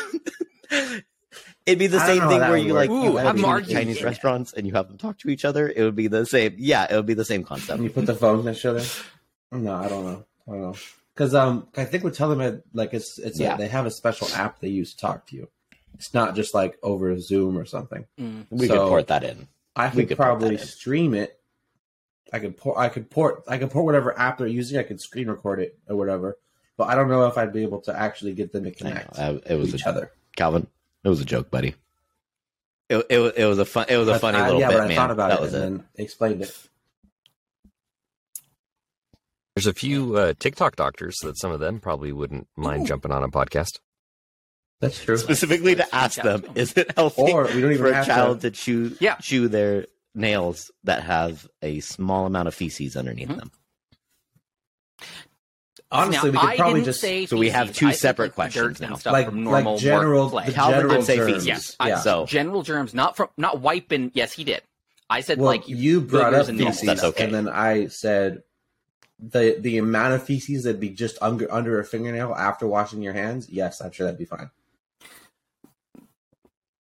S4: It'd be the
S2: I don't
S4: same
S2: know how
S4: thing
S2: that
S4: where
S2: would
S4: you
S2: work.
S4: like
S1: Ooh,
S4: you have
S1: I'm
S4: two
S1: arguing.
S4: Chinese restaurants and you have them talk to each other. It would be the same. Yeah, it would be the same
S2: And
S4: concept.
S2: you put the phones next to each other. No, I don't know. I don't know. Because um, I think with telemed, like it's it's
S4: Yeah.
S2: a, they have a special app they use to talk to you. It's not just like over Zoom or something.
S1: Mm.
S4: We
S2: So-
S4: could port that in.
S2: I
S4: We
S2: could,
S4: could port
S2: probably
S4: that in.
S2: stream it. I could port. I could port. I could port whatever app they're using. I could screen record it or whatever. But I don't know if I'd be able to actually get them to
S4: I know.
S2: connect
S4: I- Uh, it
S2: with
S4: was
S2: each
S4: a,
S2: other.
S4: Calvin. It was a joke, buddy. It it, was- it was a fun it was a
S2: But
S4: funny
S2: I-
S4: little
S2: yeah,
S4: bit,
S2: but I
S4: man.
S2: thought about
S4: that
S2: it
S4: was
S2: and
S4: it.
S2: then explained it.
S3: There's a few uh, TikTok doctors that some of them probably wouldn't mind jumping on a podcast.
S2: That's true.
S4: specifically to
S1: Let's
S4: ask
S1: reach out
S4: them
S1: to 'em.
S4: is it healthy
S2: Or we don't even
S4: for a
S2: have to-
S4: child to, chew
S1: Yeah.
S4: chew their nails that have a small amount of feces underneath
S1: Mhm.
S4: them
S2: Honestly,
S1: Now,
S2: we could
S1: I
S2: probably
S1: didn't
S2: just
S1: say
S4: so we have
S1: feces.
S4: two
S1: I said,
S4: separate
S1: like, the
S4: questions
S1: dirt and
S4: now.
S1: stuff
S2: like
S1: from normal
S2: like general
S1: workplays.
S2: the
S4: Calvin
S2: general
S4: would say
S2: terms.
S4: feces.
S1: I-
S2: Yeah.
S4: so
S1: general germs, not from not wiping. Yes, he did. I said
S2: well,
S1: like
S2: you, brought
S1: boogers
S2: up
S1: and all
S2: feces,
S4: That's okay.
S2: and then I said the the amount of feces that'd be just under under a fingernail after washing your hands. Yes, I'm sure that'd be fine.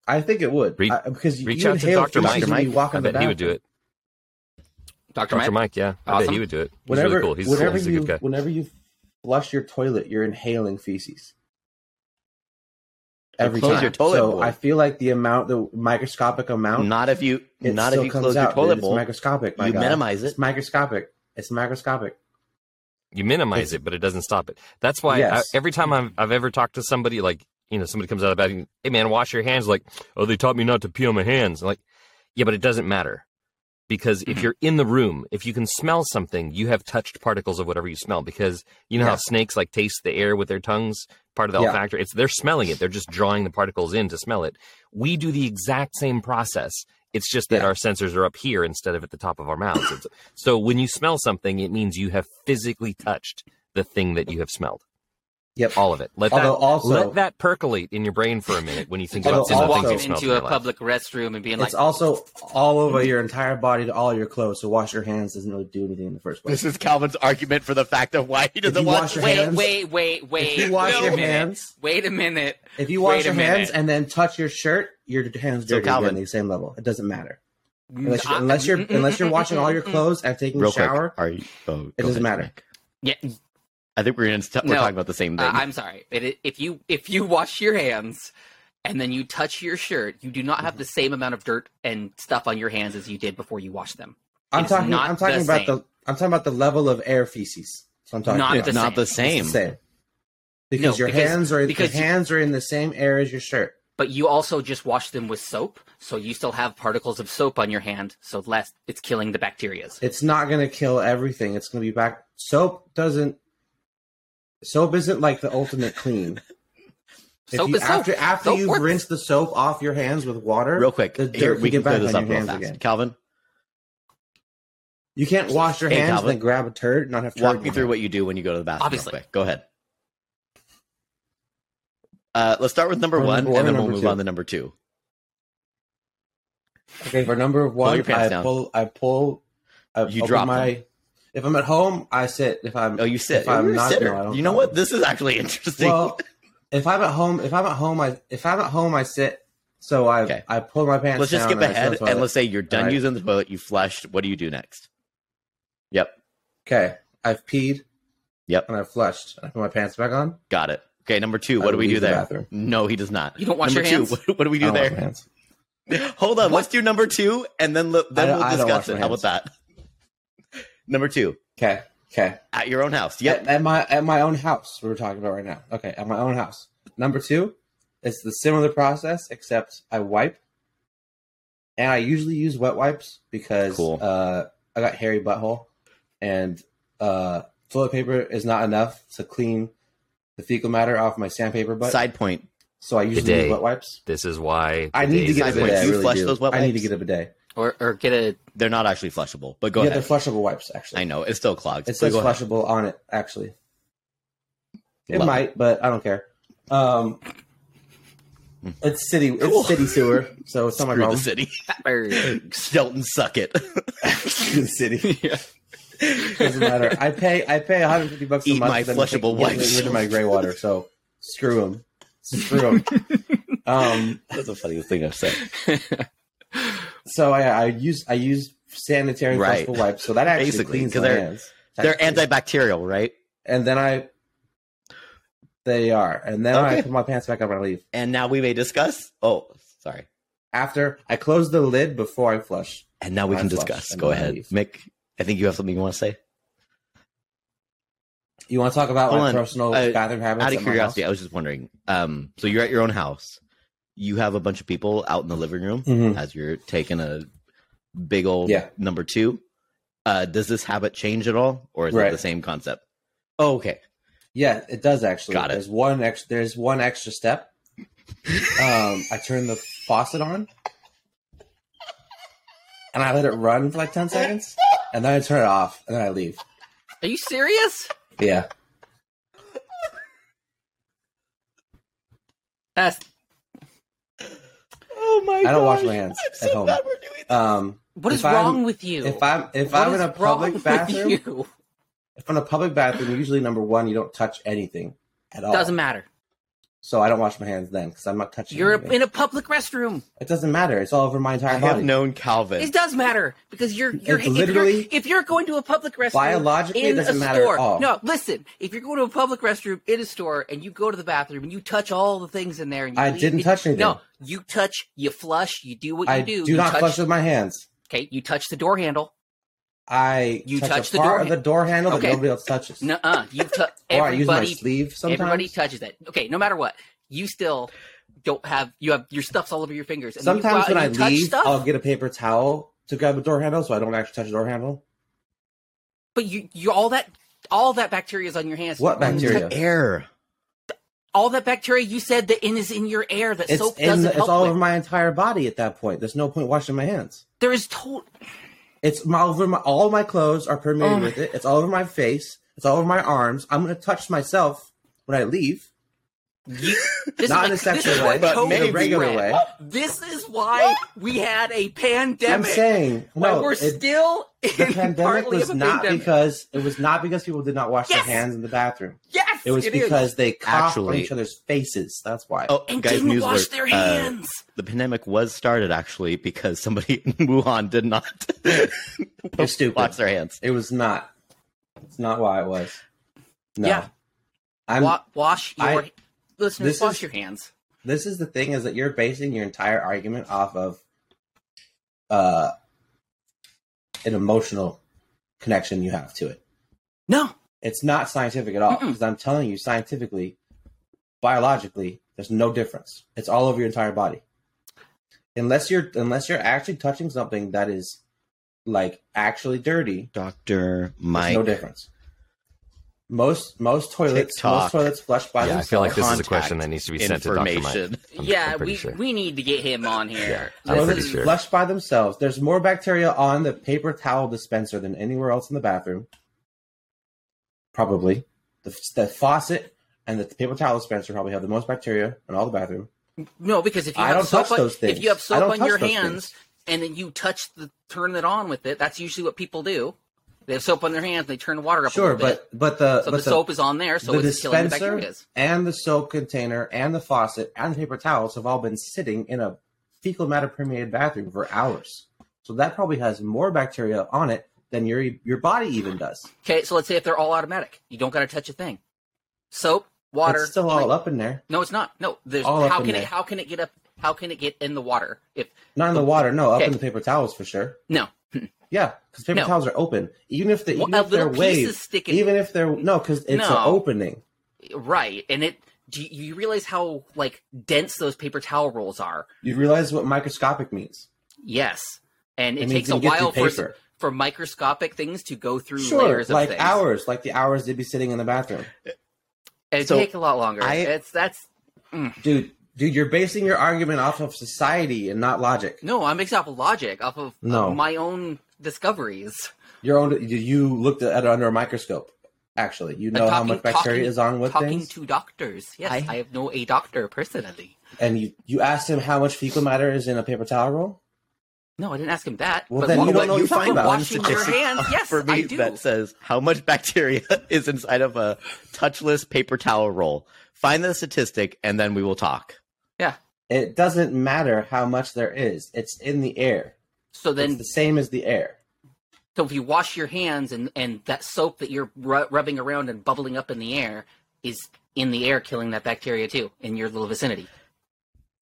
S2: I think it would
S3: Re-
S2: I- because
S3: reach
S2: you
S3: out to
S2: inhale
S3: Dr.
S2: feces
S4: Mike.
S2: when you walk
S3: I
S2: in the
S3: bet he would do
S2: bathroom.
S3: it.
S1: Doctor
S3: Dr.
S1: Mike.
S3: Mike, yeah. I bet
S1: Awesome.
S3: he would do it. He's
S2: Whenever
S3: really cool. He's,
S2: whenever
S3: he's a
S2: you
S3: good guy.
S2: whenever you flush your toilet, you're inhaling feces. Every
S4: close
S2: time.
S4: your toilet
S2: so
S4: bowl.
S2: I feel like the amount, the microscopic amount,
S4: not if you
S2: it
S4: not
S2: still
S4: if you
S2: comes
S4: close
S2: out,
S4: your toilet
S2: dude.
S4: bowl
S2: It's microscopic. My
S4: you
S2: God.
S4: minimize it
S2: It's microscopic. It's microscopic.
S3: You minimize it, but it doesn't stop it. That's why
S2: Yes.
S3: I, every time I've, I've ever talked to somebody, like, you know, somebody comes out of the bathroom, hey man, wash your hands. Like, oh, they taught me not to pee on my hands. I'm like, yeah, but it doesn't matter. Because if
S2: Mm-hmm.
S1: Mhm.
S3: you're in the room, if you can smell something, you have touched particles of whatever you smell. Because you know
S2: Yeah.
S3: how snakes like taste the air with their tongues, part of the
S2: Yeah.
S3: olfactory. It's they're smelling it. They're just drawing the particles in to smell it. We do the exact same process. It's just that
S2: Yeah.
S3: our sensors are up here instead of at the top of our mouths. It's- so when you smell something, it means you have physically touched the thing that you have smelled.
S2: Yep.
S3: All of it. Let
S2: Although
S3: that
S2: also-
S3: let that percolate in your brain for a minute when you think about
S2: Although
S3: some of the things
S2: also-
S3: you
S1: walking
S3: smelled.
S1: into a public restroom and being
S2: It's
S1: like,
S2: also all over your entire body to all your clothes. So wash your hands doesn't really do anything in the first place.
S4: this is calvin's argument for the fact of why he doesn't
S2: you
S4: want
S2: wash your
S1: wait,
S2: hands.
S1: wait, wait, wait.
S2: you wash
S1: wait a
S2: your
S1: minute.
S2: hands-
S1: Wait a minute.
S2: If you wash
S1: Wait a
S2: your hands
S1: minute.
S2: and then touch your shirt, your hands
S4: So,
S2: dirty
S4: Calvin-
S2: again, the same level. It doesn't matter unless you're
S1: Mm, I-
S2: unless you're,
S1: mm, mm,
S2: unless you're
S1: mm,
S2: washing
S1: mm,
S2: all your
S1: mm,
S2: clothes and taking a
S4: real
S2: shower.
S4: quick are you oh,
S2: It
S4: go
S2: doesn't
S4: ahead,
S2: matter.
S4: Mike.
S1: Yeah, uh,
S4: i think we're gonna st- we're
S1: No.
S4: talking about the same thing
S1: I'm sorry. It, if you if you wash your hands and then you touch your shirt, you do not have the same amount of dirt and stuff on your hands as you did before you washed them.
S2: I'm
S1: It's
S2: talking.
S1: not
S2: I'm talking
S1: the
S2: about
S1: same.
S2: the. I'm talking about the level of air feces. That's what I'm talking
S1: Not
S2: about.
S4: it's not the
S2: It's
S4: same
S2: the same. Because
S1: No,
S2: your
S1: because-
S2: hands are
S1: because
S2: your hands are in the same air as your shirt.
S1: but you also just wash them with soap, so you still have particles of soap on your hand. So less, it's killing the bacterias.
S2: It's not going to kill everything. It's going to be back. Soap doesn't. Soap isn't like the ultimate
S4: (laughs)
S2: clean. If
S1: Soap
S2: you,
S1: is soap.
S2: after after
S1: Soap
S2: you've
S1: works.
S2: rinsed the soap off your hands with water,
S4: Real quick,
S2: the
S4: here
S2: dirt
S4: we
S2: can
S4: can
S2: get back
S4: clear
S2: on
S4: this
S2: your
S4: up real
S2: hands
S4: fast.
S2: again.
S4: Calvin,
S2: You can't wash your
S4: Hey,
S2: hands and
S4: Calvin.
S2: then grab a turd and not have.
S4: walk
S2: turd
S4: me
S2: in
S4: through
S2: your
S4: what you do when you go to the bathroom.
S1: Obviously.
S4: real quick. go ahead. Uh, let's start with number
S2: Or
S4: one,
S2: number one
S4: and then
S2: or
S4: we'll
S2: number
S4: move
S2: two?
S4: on to number two.
S2: Okay, for number one,
S4: your pants
S2: I
S4: down.
S2: pull, I pull, I
S4: You
S2: open
S4: drop
S2: my. If I'm at home, I sit. If I'm
S4: Oh, you sit.
S2: If I'm
S4: You're a
S2: not-
S4: sitter.
S2: no, I don't
S4: you know
S2: count.
S4: what? This is actually (laughs) interesting.
S2: well, if I'm at home, if I'm at home, I if I'm at home, I sit. So I
S4: Okay.
S2: I pull my pants.
S4: let's just
S2: down
S4: skip
S2: I sit on
S4: ahead
S2: the toilet.
S4: and let's say you're done
S2: Alright.
S4: using the toilet. You flushed. What do you do next? Yep,
S2: Okay, I've peed.
S4: Yep.
S2: and I've flushed. I put my pants back on.
S4: got it. Okay, number two.
S2: Uh, I
S4: What do we
S2: leave
S4: do
S2: the
S4: there?
S2: bathroom.
S4: No, he does not.
S1: You don't wash
S4: number
S1: your
S4: two.
S1: hands?
S4: (laughs) What, what do we
S2: I
S4: do
S2: don't wash
S4: there?
S2: my hands.
S4: (laughs) Hold on.
S1: What?
S4: Let's do number two, and then look, then
S2: I-
S4: we'll
S2: I don't wash
S4: discuss it.
S2: my
S4: How about that? (laughs) number two,
S2: Okay, okay.
S4: at your own house. Yep.
S2: At, at my at my own house, we're talking about right now. Okay, at my own house. Number two, it's the similar process except I wipe, and I usually use wet wipes because
S4: Cool.
S2: uh, I got hairy butthole, and uh, toilet paper is not enough to clean the fecal matter off my sandpaper butt.
S4: Side point.
S2: so I usually
S3: Bidet.
S2: use wet wipes.
S3: This is why
S2: I need to
S3: today's
S2: get a
S4: Side
S2: bidet.
S4: point.
S2: I
S4: You
S2: really
S4: flush
S2: do.
S4: those wet
S2: I need to
S4: wipes?
S2: get a bidet.
S1: Or or get a
S4: They're not actually flushable, but go
S2: yeah,
S4: ahead.
S2: they're flushable wipes. Actually,
S4: I know it's still clogged.
S2: It
S4: so
S2: says
S4: go ahead.
S2: flushable on it, actually. It
S4: Love
S2: might, but I don't care. Um, it's city. It's
S4: Hmm. Cool.
S2: city sewer, so it's not my
S4: Screw the
S2: problem.
S4: city. (laughs)
S1: fat
S2: (laughs)
S1: bird.
S4: Stelton, suck it. (laughs)
S2: Screw the (laughs) city.
S4: yeah.
S2: Doesn't matter. I pay. I pay 150 bucks a
S4: Eat
S2: month.
S4: my
S2: for them to take-
S4: flushable
S2: get rid-
S4: wipes.
S2: Rid of my gray water. So screw them.
S4: (laughs)
S2: Screw them. um,
S4: That's the funniest thing I've said.
S2: so I, I use I use sanitary
S4: Right.
S2: flushable wipes. So that actually
S4: Basically,
S2: cleans
S4: 'cause
S2: my
S4: they're-
S2: hands.
S4: They're
S2: technically.
S4: antibacterial, right?
S2: And then I. They are, and then I
S4: Okay.
S2: put my pants back up and I leave.
S4: And now we may discuss. Oh, sorry.
S2: After I close the lid before I flush.
S4: And now we
S2: I
S4: can
S2: flush
S4: discuss.
S2: and
S4: Go
S2: then I
S4: ahead,
S2: leave.
S4: Mick. I think you have something you want to say.
S2: You want to talk about
S4: Hold
S2: my
S4: on.
S2: personal
S4: Uh,
S2: bathroom habits?
S4: Out
S2: at
S4: of
S2: my
S4: curiosity, I
S2: house?
S4: was just wondering. Um, so you're at your own house. You have a bunch of people out in the living room
S2: Mhm.
S4: as you're taking a big old
S2: Yeah.
S4: number two. Uh, does this habit change at all, or is it
S2: Right.
S4: the same concept? Oh, okay.
S2: Yeah, it does actually.
S4: Got it.
S2: There's one extra. There's one extra step. um, I turn the faucet on, and I let it run for like ten seconds, and then I turn it off, and then I leave.
S1: Are you serious?
S2: Yeah,
S1: That's
S4: Oh my!
S2: I don't wash my hands at home.
S4: we're doing
S2: Um,
S1: what is
S2: If I'm-
S1: wrong with you?
S2: if I'm if
S1: What
S2: I'm in
S1: is
S2: a
S1: wrong
S2: public
S1: with
S2: bathroom, oh. if
S1: you?
S2: I'm in a public bathroom, usually number one, you don't touch anything at all.
S1: doesn't matter.
S2: So I don't wash my hands then because I'm not touching.
S1: You're
S2: anything.
S1: in a public restroom.
S2: it doesn't matter. It's all over my entire
S4: I
S2: body.
S4: have known Calvin.
S1: It does matter because you're you're
S2: It's
S1: if
S2: literally-
S1: you're, if you're going to a public restroom
S2: Biologically, it
S1: in
S2: doesn't
S1: a
S2: matter at
S1: store.
S2: all.
S1: No, listen. If you're going to a public restroom in a store and you go to the bathroom and you touch all the things in there, and you
S2: I
S1: leave-
S2: didn't touch anything.
S1: No, you touch, you flush, you do what you
S2: I
S1: do.
S2: do,
S1: you
S2: not
S1: touch,
S2: flush with my hands.
S1: Okay, you touch the door handle.
S2: I
S1: You
S2: touch,
S1: touch
S2: a
S1: the
S2: part
S1: door
S2: of the door handle
S1: Okay.
S2: that nobody else touches.
S1: Nuh uh. You touch
S2: (laughs) or I use my
S1: everybody.
S2: sleeve sometimes.
S1: Everybody touches it. Okay, no matter what, you still don't have you have your stuff's all over your fingers. And you go
S2: sometimes
S1: out
S2: when I
S1: and you touch
S2: leave,
S1: stuff,
S2: I'll get a paper towel to grab a door handle, so I don't actually touch the door handle.
S1: but you you all that all that bacteria is on your hands.
S2: What
S1: When
S2: bacteria?
S4: It's the air.
S1: all that bacteria you said that in is in your air that
S2: It's
S1: soap
S2: in
S1: doesn't
S2: the, it's
S1: help
S2: all
S1: with.
S2: over my entire body at that point. There's no point washing my hands.
S1: there is total
S2: It's my, all over my all my clothes are permeated
S1: Oh my-
S2: with it. It's all over my face. It's all over my arms. I'm gonna touch myself when I leave. (laughs)
S1: this is like,
S2: Not in a
S1: this
S2: sexual
S1: is
S2: way,
S1: what
S2: but
S1: COVID
S2: in a regular
S1: spread.
S2: way.
S1: This is why we had a
S2: I'm
S1: pandemic.
S2: saying
S1: Why
S2: no.
S1: we're
S2: it-
S1: still in
S2: the
S1: (laughs)
S2: pandemic
S1: partly
S2: was
S1: of a
S2: not
S1: pandemic.
S2: because it was not because people did not wash
S1: Yes!
S2: their hands in the bathroom.
S1: yes,
S2: It was
S1: it is.
S2: because they coughed on
S4: Actually-
S2: each other's faces. That's why.
S4: Oh,
S1: and
S4: guys,
S1: didn't
S4: news
S1: wash
S4: alert.
S1: their
S4: Uh,
S1: hands.
S4: the pandemic was started actually because somebody (laughs) in Wuhan did not (laughs)
S2: You're stupid.
S4: wash their hands.
S2: It was not. It's not why it was. No.
S1: Yeah.
S2: I'm,
S1: Wa- wash your
S2: I-
S1: listeners.
S2: this
S1: Wash
S2: is-
S1: your hands.
S2: this is the thing is that you're basing your entire argument off of uh, an emotional connection you have to it.
S1: No,
S2: It's not scientific at all
S1: Mm-mm.
S2: because I'm telling you scientifically, biologically, There's no difference. It's all over your entire body. Unless you're unless you're actually touching something that is like actually dirty,
S4: Doctor
S2: there's
S4: Mike.
S2: no difference. Most most toilets
S4: TikTok.
S2: most toilets flush by
S3: yeah, I
S2: themselves.
S3: feel like this is a
S4: contact
S3: question that needs to be sent to Dr. Mike.
S4: information.
S3: I'm-
S1: yeah,
S3: I'm pretty
S1: we
S3: sure.
S1: we need to get him on here.
S3: Yeah, I'm
S1: This
S3: pretty
S1: is-
S3: sure.
S2: flush by themselves. There's more bacteria on the paper towel dispenser than anywhere else in the bathroom. Probably. The, the faucet and the paper towel dispenser probably have the most bacteria in all the bathroom.
S1: No, because if you
S2: I
S1: have
S2: don't
S1: soap
S2: touch
S1: on,
S2: those
S1: if
S2: things.
S1: you have
S2: I
S1: soap
S2: don't
S1: on
S2: touch
S1: your
S2: those
S1: hands and then you touch the turn it on with it, that's usually what people do. They have soap on their hands, and they turn the water up. a
S2: Sure,
S1: little bit.
S2: but but the
S1: so
S2: but
S1: the, soap is on there, so
S2: the
S1: it's killing the
S2: dispenser
S1: bacteria.
S2: and the soap container and the faucet and the paper towels have all been sitting in a fecal matter permeated bathroom for hours. So that probably has more bacteria on it than your your body even does.
S1: Okay, so let's say if they're all automatic, you don't got to touch a thing. Soap, water.
S2: It's still all up in there.
S1: No, it's not. No, there's
S2: All up
S1: how
S2: in
S1: can it
S2: there.
S1: how can it get up? How can it get in the water? If
S2: Not in the water, no, up
S1: Okay.
S2: in the paper towels for sure.
S1: no,
S2: (laughs) Yeah, because paper
S1: No.
S2: towels are open. Even if they,
S1: Well, a
S2: even if they're
S1: little piece is
S2: waved,
S1: sticking.
S2: even if they're no, because it's
S1: No.
S2: an opening.
S1: right, and it. Do you you realize how like dense those paper towel rolls are?
S2: You realize what microscopic means.
S1: Yes, and it
S2: means
S1: takes
S2: you
S1: a
S2: can get
S1: while
S2: through
S1: for for microscopic things to go through
S2: Sure,
S1: layers of
S2: like
S1: things.
S2: hours, like the hours they'd be sitting in the bathroom.
S1: It
S4: So,
S1: take a lot longer.
S4: I-
S1: it's that's
S2: Dude, dude, you're basing your argument off of society and not logic.
S1: no, I'm based off of logic, off of
S2: No.
S1: of Uh, my own discoveries.
S2: Your own, you- you looked at it under a microscope. Actually, you know
S1: I'm
S2: how much bacteria
S1: talking-
S2: is on what
S1: talking
S2: things,
S1: to doctors. Yes,
S4: I-
S1: I, have no a doctor personally.
S2: and you you asked him how much fecal matter is in a paper towel roll.
S1: No, I didn't ask him that.
S2: Well,
S1: but
S2: then
S1: wa-
S2: you don't
S1: but
S2: know what you're talking
S1: but
S2: about. I'm
S1: Washing your
S2: suggesting- (laughs)
S1: hands, yes,
S4: (laughs) for me
S1: I do.
S4: that says how much bacteria (laughs) is inside of a touchless paper towel roll. Find the statistic and then we will talk.
S2: It doesn't matter how much there is; it's in the air.
S1: So then,
S2: it's the same as the air.
S1: so if you wash your hands and and that soap that you're ru- rubbing around and bubbling up in the air is in the air, killing that bacteria too in your little vicinity.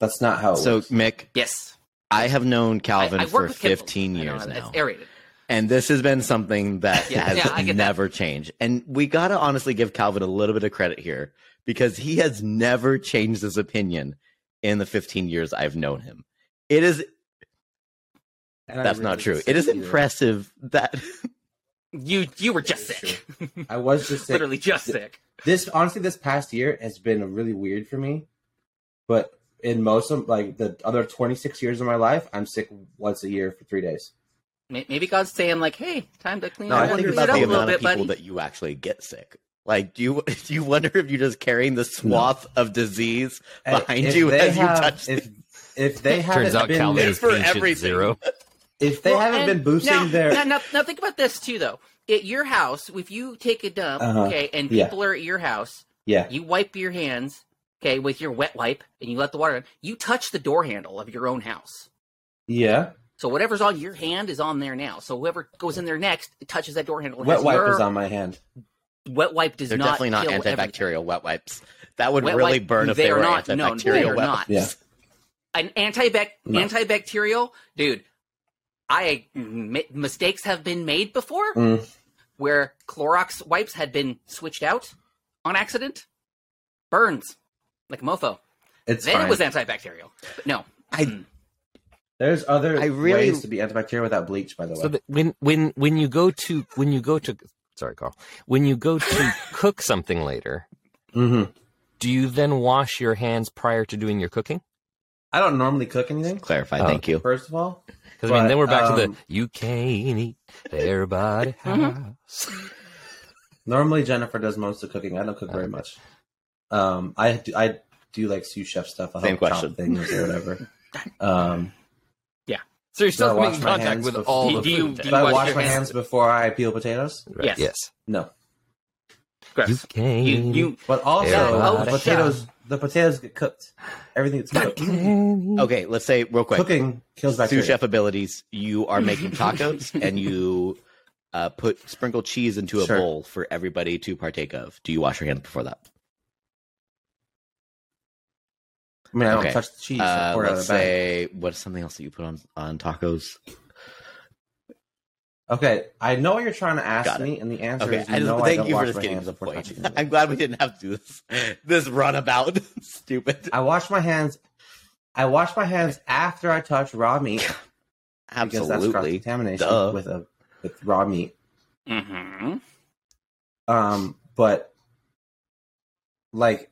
S2: That's not how. It
S4: So
S2: works.
S4: Mick,
S1: Yes,
S4: I have known
S1: I-
S4: Calvin
S1: I work
S4: for
S1: with chemicals.
S4: 15
S1: I know,
S4: years
S1: It's
S4: now.
S1: aerated.
S4: And this has been something
S1: (laughs)
S4: that
S1: Yeah,
S4: has
S1: yeah, I get that.
S4: never changed. And we got to honestly give Calvin a little bit of credit here because he has never changed his opinion in the 15 years I've known him. It is
S2: And I
S4: that's not
S2: really
S4: true.
S2: didn't
S4: It is
S2: say either.
S4: impressive that (laughs)
S1: You you were just
S2: It's
S1: sick. (laughs)
S2: I was just sick.
S1: Literally just sick.
S2: This honestly, this past year has been really weird for me. But in most of like the other twenty six years of my life, I'm sick once a year for three days.
S1: May- Maybe God's saying like, "Hey, time to clean,
S2: No,
S1: up-
S2: I
S4: I
S2: think
S4: wonder
S1: clean it
S2: it's
S4: about
S1: up
S4: the
S1: a
S4: amount
S1: little
S4: of
S1: bit,
S4: people
S1: buddy."
S4: that you actually get sick. Like, do you (laughs) do you wonder if you're just carrying the swath of disease
S2: And
S4: behind
S2: if
S4: you
S2: they
S4: as
S2: have-
S4: you touch?
S2: If if
S4: (laughs)
S2: they haven't
S3: Turns out
S2: been
S3: Calvin
S4: It's
S3: is
S4: for
S3: patient
S4: everything.
S3: zero.
S2: if they
S1: Well,
S2: haven't
S1: and
S2: been boosting
S1: now,
S2: their
S1: Now, now, now think about this too, though. At your house, if you take a dump,
S2: Uh-huh.
S1: okay, and
S2: Yeah.
S1: people are at your house,
S2: yeah
S1: you wipe your hands, okay, with your wet wipe, and you let the water in. You touch the door handle of your own house,
S2: yeah
S1: so whatever's on your hand is on there now. So whoever goes in there next touches that door handle. and
S2: wet
S1: has
S2: wipe
S1: your-
S2: is on my hand.
S1: Wet wipe does
S4: They're
S1: not
S4: definitely not
S1: kill everything.
S4: antibacterial wet wipes. That would
S1: Wet
S4: really
S1: wipe-
S4: burn if they,
S1: they are
S4: were
S1: not- no,
S4: antibacterial
S1: they are
S4: wet
S1: not.
S2: Yeah.
S4: (laughs) wipes.
S1: an antibac-
S2: No.
S1: antibacterial dude i m- mistakes have been made before
S2: Mm.
S1: where clorox wipes had been switched out on accident burns like a mofo
S2: It's
S1: then
S2: fine.
S1: it was antibacterial But no Mm-hmm.
S4: I
S2: There's other
S4: I really-
S2: ways to be antibacterial without bleach, by the way.
S3: So that when when when you go to when you go to sorry Carl when you go
S2: (laughs)
S3: to cook something later,
S4: Mm-hmm.
S2: hmm
S3: do you then wash your hands prior to doing your cooking?
S2: I don't normally cook anything.
S4: clarify.
S3: Oh.
S4: Thank you.
S2: First of all,
S3: Because I mean,
S2: But,
S3: then we're back to the
S2: um,
S3: you can't eat everybody
S1: Mhm.
S3: house.
S2: Normally, Jennifer does most of the cooking. I don't cook
S4: Uh-huh.
S2: very
S3: Okay.
S2: much. Um, I do, I do like sous chef stuff. I
S4: Same
S2: help chop
S4: question.
S2: things
S1: (laughs)
S2: or whatever. Um,
S3: So you're still
S2: Do I wash
S3: making
S2: my
S3: contact
S2: hands
S3: with
S2: before-
S3: all
S1: Do
S3: the
S1: you-
S3: food.
S1: do
S3: then.
S2: do I
S1: wash
S2: wash
S1: your
S2: my
S1: hands?
S2: hands before I peel potatoes?
S3: Right,
S1: Yes.
S3: Yes.
S2: No,
S3: You
S1: gross
S3: can't.
S1: you,
S3: eat
S1: you
S2: but also
S3: Yeah,
S1: oh, yeah.
S2: the potatoes. The potatoes get cooked. Everything gets cooked.
S3: everything.
S4: Okay, let's say real (laughs) quick.
S2: Cooking kills bacteria.
S4: sous chef abilities. You are
S2: (laughs)
S4: making tacos and you uh, put sprinkle cheese into a
S2: Sure.
S4: bowl for everybody to partake of. Do you wash your hands before that?
S2: I mean, I don't
S4: Okay.
S2: touch the cheese. I
S4: Uh,
S2: pour it out of
S4: let's
S2: the bag.
S4: say what's something else that you put on on tacos?
S2: Okay, I know what you're trying to ask
S4: Got it.
S2: me, and the answer
S4: Okay,
S2: is
S4: I just
S2: no. I
S4: thank
S2: don't
S4: you for
S2: wash
S4: just
S2: my
S4: getting
S2: hands
S4: to the
S2: before
S4: point.
S2: touching them.
S4: I'm glad we didn't have to do this this runabout. (laughs) Stupid.
S2: I wash my hands. I wash my hands after I touch raw meat because that's cross
S4: Absolutely. Duh.
S2: contamination with a with raw meat.
S1: Mm-hmm.
S2: Um, but like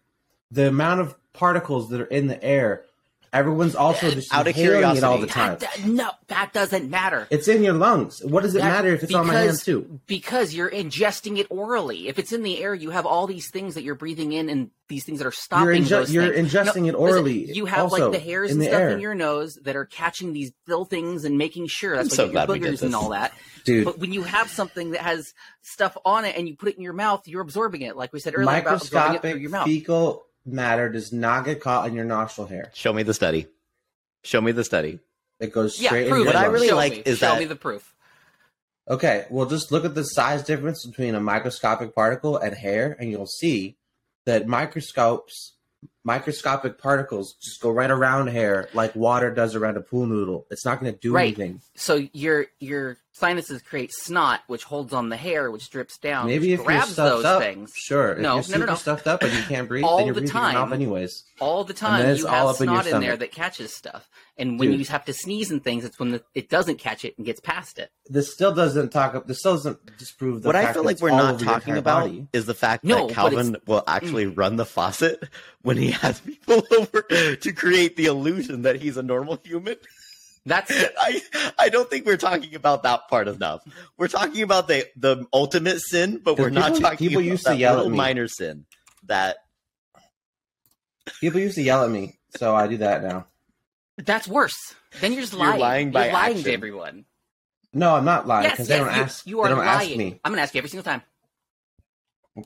S2: the amount of particles that are in the air, everyone's also just
S4: Out of
S2: inhaling it all
S4: curiosity.
S2: the time.
S1: That, that- no, that doesn't matter.
S2: It's in your lungs. What does it
S1: That-
S2: matter if it's on my
S1: because-
S2: hands too?
S1: Because you're ingesting it orally. If it's in the air, you have all these things that you're breathing in and these things that are
S2: You're,
S1: stopping
S2: inge-
S1: those
S2: you're
S1: things.
S2: ingesting
S1: Listen,
S2: it orally.
S1: you have
S2: also
S1: like the hairs
S2: in
S1: and
S2: the
S1: stuff
S2: air.
S1: in your nose that are catching these little things and making sure that's
S4: I'm
S1: why
S4: so
S1: you get
S4: glad we
S1: your
S4: did
S1: boogers and
S4: this.
S1: all that.
S2: dude.
S1: But when you have something that has stuff on it and you put it in your mouth, you're absorbing it. Like we said earlier about absorbing it through
S2: microscopic
S1: your mouth.
S2: fecal matter does not get caught in your nostril hair.
S4: Show me the study. Show me the study.
S2: It goes
S1: Yeah,
S2: straight in
S1: prove
S2: your
S1: it.
S4: What I
S2: lungs.
S4: really
S1: Show
S4: like
S1: me.
S4: is
S1: Show
S4: that-
S1: me the proof.
S2: Okay, well, just look at the size difference between a microscopic particle and hair, and you'll see that microscopes, microscopic particles, just go right around hair like water does around a pool noodle. It's not going to do
S1: Right.
S2: anything.
S1: So your your sinuses create snot, which holds on the hair, which drips down,
S2: Maybe
S1: which
S2: if you're
S1: grabs
S2: stuffed
S1: those
S2: up,
S1: things
S2: sure.
S1: No, no, no,
S2: if you're super
S1: no.
S2: stuffed up and you can't breathe,
S1: All
S2: then you're
S1: the
S2: breathing your mouth
S1: time.
S2: anyways.
S1: all the
S2: then
S1: time.
S2: it's
S1: You
S2: all
S1: have
S2: up in
S1: snot
S2: your
S1: in there
S2: stomach.
S1: that catches stuff, and when
S2: Dude.
S1: you have to sneeze and things, it's when the, it doesn't catch it and gets past it.
S2: This still doesn't talk up. This still doesn't disprove the
S4: what
S2: fact
S4: I feel
S2: that
S4: like
S2: it's
S4: we're
S2: all
S4: not
S2: over your
S4: talking
S2: entire
S4: about
S2: body.
S4: is the fact
S1: No,
S4: that
S1: but
S4: Calvin will
S2: Mm.
S4: actually run the faucet when he has people (laughs) over to create the illusion that he's a normal human. (laughs)
S1: That's
S4: I I don't think we're talking about that part enough. We're talking about the the ultimate sin, but we're not
S2: People-
S4: talking
S2: people
S4: about
S2: used to
S4: that
S2: yell at
S4: little
S2: me.
S4: minor sin that
S2: People used to yell at me, so I do that now.
S1: that's worse. Then you're just
S4: You're
S1: lying.
S4: lying by
S1: You're lying to
S4: action.
S1: everyone.
S2: No, I'm not lying
S1: yes,
S2: because
S1: yes,
S2: they don't
S1: you,
S2: ask.
S1: you
S2: they
S1: are
S2: don't
S1: lying.
S2: ask me.
S1: I'm gonna ask you every single time.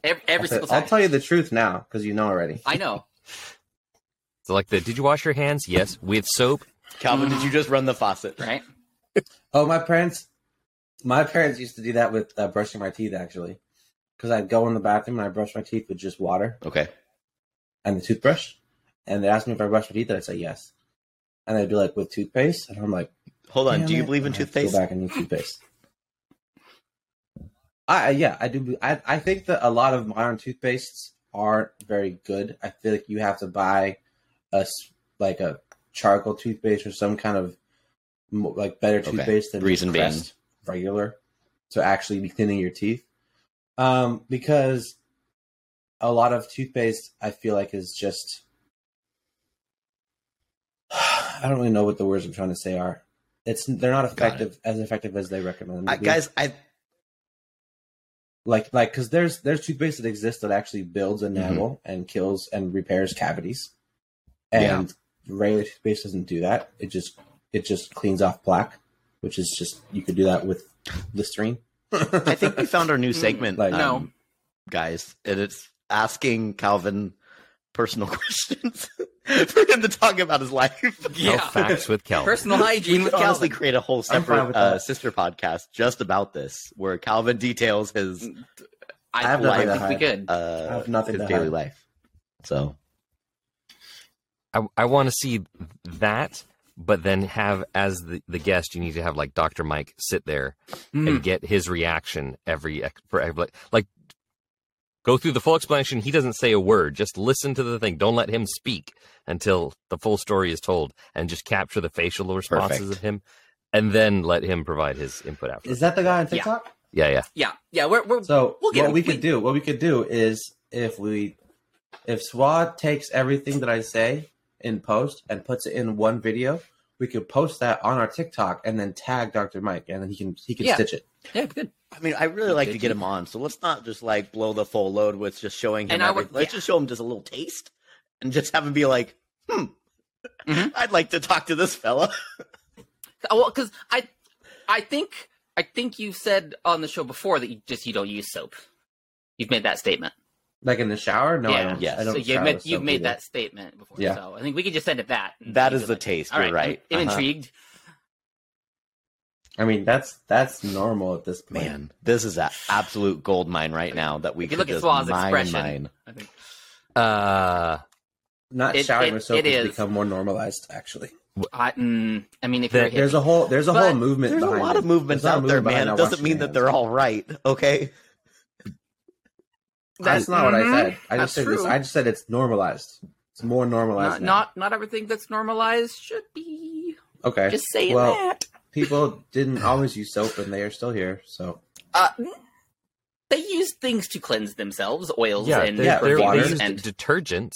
S1: Every, every
S2: I'll,
S1: single
S2: tell-
S1: time.
S2: I'll tell you the truth now because you know already.
S1: I
S2: (laughs)
S1: know.
S3: So like the did you wash your hands? Yes, with soap.
S2: (sighs)
S4: Calvin, did you just run the faucet?
S1: Right?
S2: Oh, my parents, my parents used to do that with uh, brushing my teeth actually, because I'd go in the bathroom and I brush my teeth with just water
S4: Okay.
S2: and the toothbrush, and they asked me if I brushed my teeth, and I'd say yes, and they'd be like with toothpaste, and I'm like,
S4: Hold on.
S2: "Damn
S4: Do you
S2: it,
S4: believe in
S2: I have to
S4: toothpaste?
S2: Go back and use toothpaste. I I- yeah, I do. be- I I think that a lot of modern toothpastes aren't very good. I feel like you have to buy a s- like a charcoal toothpaste or some kind of mo- like better
S4: Okay.
S2: toothpaste than
S4: Reason being.
S2: Crest regular to actually be cleaning your teeth. Um, because a lot of toothpaste I feel like is just (sighs) I don't really know what the words I'm trying to say are. It's they're not
S4: Got it.
S2: effective as effective as they recommend. them to
S4: I,
S2: be.
S4: guys, I
S2: like like because there's there's toothpaste that exists that actually builds
S4: Mm-hmm.
S2: enamel and kills and repairs cavities, and regular toothpaste doesn't do that. It just it just cleans off plaque, which is just you could do that with Listerine.
S4: I think we found
S1: (laughs)
S4: our new
S1: Mm,
S4: segment.
S2: like-
S1: No.
S4: um, guys, and it's asking Calvin personal (laughs) questions for him to talk about his life.
S3: No
S1: Yeah.
S3: facts (laughs) with Kelvin.
S1: Personal hygiene with
S4: could honestly
S1: Calvin.
S4: create a whole
S2: I'm fine
S4: separate
S2: with
S4: uh,
S2: that.
S4: sister podcast just about this, where Calvin details his
S1: Mm-hmm. I,
S2: I have
S1: I
S4: nothing
S1: think we
S4: to
S2: hide.
S1: could.
S2: (laughs) I
S4: uh,
S2: have nothing
S4: his
S2: to
S4: daily
S2: hide.
S4: life. So
S3: I, I want to see that, but then have as the, the guest, you need to have like Dr. Mike sit there and
S1: Mm.
S3: get his reaction every ex- for every like, like go through the full explanation. He doesn't say a word. Just listen to the thing. Don't let him speak until the full story is told, and just capture the facial responses
S4: Perfect.
S3: of him, and then let him provide his input after.
S2: Is that the guy on
S1: Yeah.
S2: TikTok?
S3: yeah, yeah.
S1: Yeah. Yeah, we're, we're
S2: So
S1: We'll get
S2: what
S1: him.
S2: we
S1: We-
S2: could do, what we could do is if we, if Swad takes everything that I say in post and puts it in one video, we could post that on our TikTok and then tag Dr. Mike, and then he can he can
S1: Yeah.
S2: stitch it.
S1: yeah, good.
S4: I mean, I really like to
S1: Did
S4: get
S1: you-
S4: him on. So let's not just like blow the full load with just showing him.
S1: And I would-
S4: everything. Let's
S1: yeah.
S4: just show him just a little taste, and just have him be like, "Hmm,
S1: Mhm.
S4: I'd like to talk to this fella."
S1: Oh, Well, because I, I think I think you said on the show before that you just you don't use soap. You've made that statement.
S2: Like in the shower? No, I
S1: Yeah.
S2: don't.
S4: Yes.
S2: I don't
S1: So you've
S2: shower
S1: made,
S2: with
S1: you've
S2: soap
S1: made
S2: either.
S1: that statement before.
S2: Yeah.
S1: So I think we could just send it that. and
S4: That
S1: he'd
S4: is
S1: be
S4: the
S1: like,
S4: taste.
S1: All
S4: You're right.
S1: I'm, I'm
S4: Uh-huh.
S1: intrigued.
S2: I mean, that's that's normal at this point.
S4: Man, this is an absolute gold mine right now that we
S1: If you
S4: could
S1: look at
S4: just
S1: Swaz's
S4: mine and
S1: expression,
S4: mine.
S1: I think.
S3: Uh,
S2: Not
S1: It-
S2: showering
S1: it-
S2: with soap
S1: it
S2: has
S1: is.
S2: become more normalized, actually.
S1: I, mm, I mean, if
S3: There-
S1: you're
S2: There's a whole there's a
S4: But
S2: whole movement.
S4: There's a
S2: behind
S4: lot
S2: it.
S4: of movements
S2: There's a lot
S4: out
S2: of
S4: there,
S2: movement
S4: man.
S2: behind
S4: It
S2: not
S4: doesn't mean
S2: washing
S4: that
S2: your
S4: they're all right. Okay.
S2: hands. That's not what
S1: Mm-hmm.
S2: I said. I
S1: That's
S2: just said
S1: true.
S2: this. I just said it's normalized. It's more
S1: Not,
S2: normalized. now.
S1: not not everything that's normalized should be.
S2: okay.
S1: Just saying
S2: Well-
S1: that.
S2: People
S4: (laughs)
S2: didn't always use soap, and they are still here. So
S1: Uh, they use things to cleanse themselves, oils and
S2: they- yeah,
S3: they're,
S1: perfumes
S2: water.
S3: they used
S1: and
S3: detergents.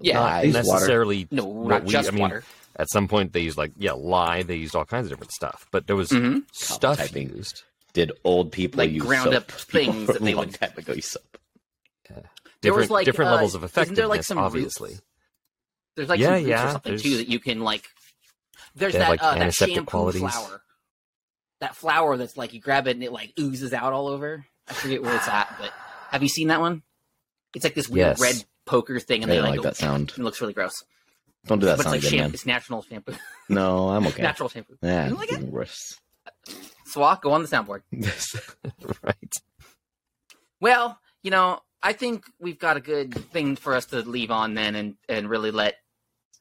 S1: yeah,
S4: Lye.
S3: not
S2: They used water.
S3: necessarily.
S1: no,
S3: what
S1: not
S3: we-
S1: just
S3: I mean,
S1: water.
S3: At some point, they used like yeah, lye. They used all kinds of different stuff, but there was
S1: hmm
S3: stuff
S4: typing.
S3: used.
S4: Did old people
S1: Like
S4: use
S1: ground
S4: soap?
S1: up
S4: (laughs) People
S1: things that
S4: from a
S1: they
S4: long
S1: would-
S4: time ago use soap.
S1: There was,
S3: Different
S1: like,
S3: different
S1: uh,
S3: levels of
S1: isn't
S3: effectiveness,
S1: there, like, some
S3: obviously.
S1: roots? There's like
S3: Yeah,
S1: some roots
S3: yeah,
S1: or something
S3: there's-
S1: too that you can like. There's
S3: They have,
S1: that
S3: like,
S1: uh, that
S3: antiseptic
S1: shampoo
S3: qualities.
S1: flower. That flower that's like you grab it and it like oozes out all over. I forget where it's at, but have you seen that one? It's like this weird
S3: Yes.
S1: red poker thing,
S4: I
S1: and they
S4: didn't
S1: like,
S4: like that sound.
S1: It looks really gross.
S4: Don't do that
S1: but it's
S4: sound
S1: like
S4: again,
S1: shampoo.
S4: man.
S1: It's natural shampoo. (laughs)
S4: No, I'm okay.
S1: Natural shampoo.
S4: Yeah,
S1: You don't like
S4: even worse. (laughs)
S1: Swat, go on the soundboard.
S3: (laughs) right.
S1: Well, you know, I think we've got a good thing for us to leave on then, and and really let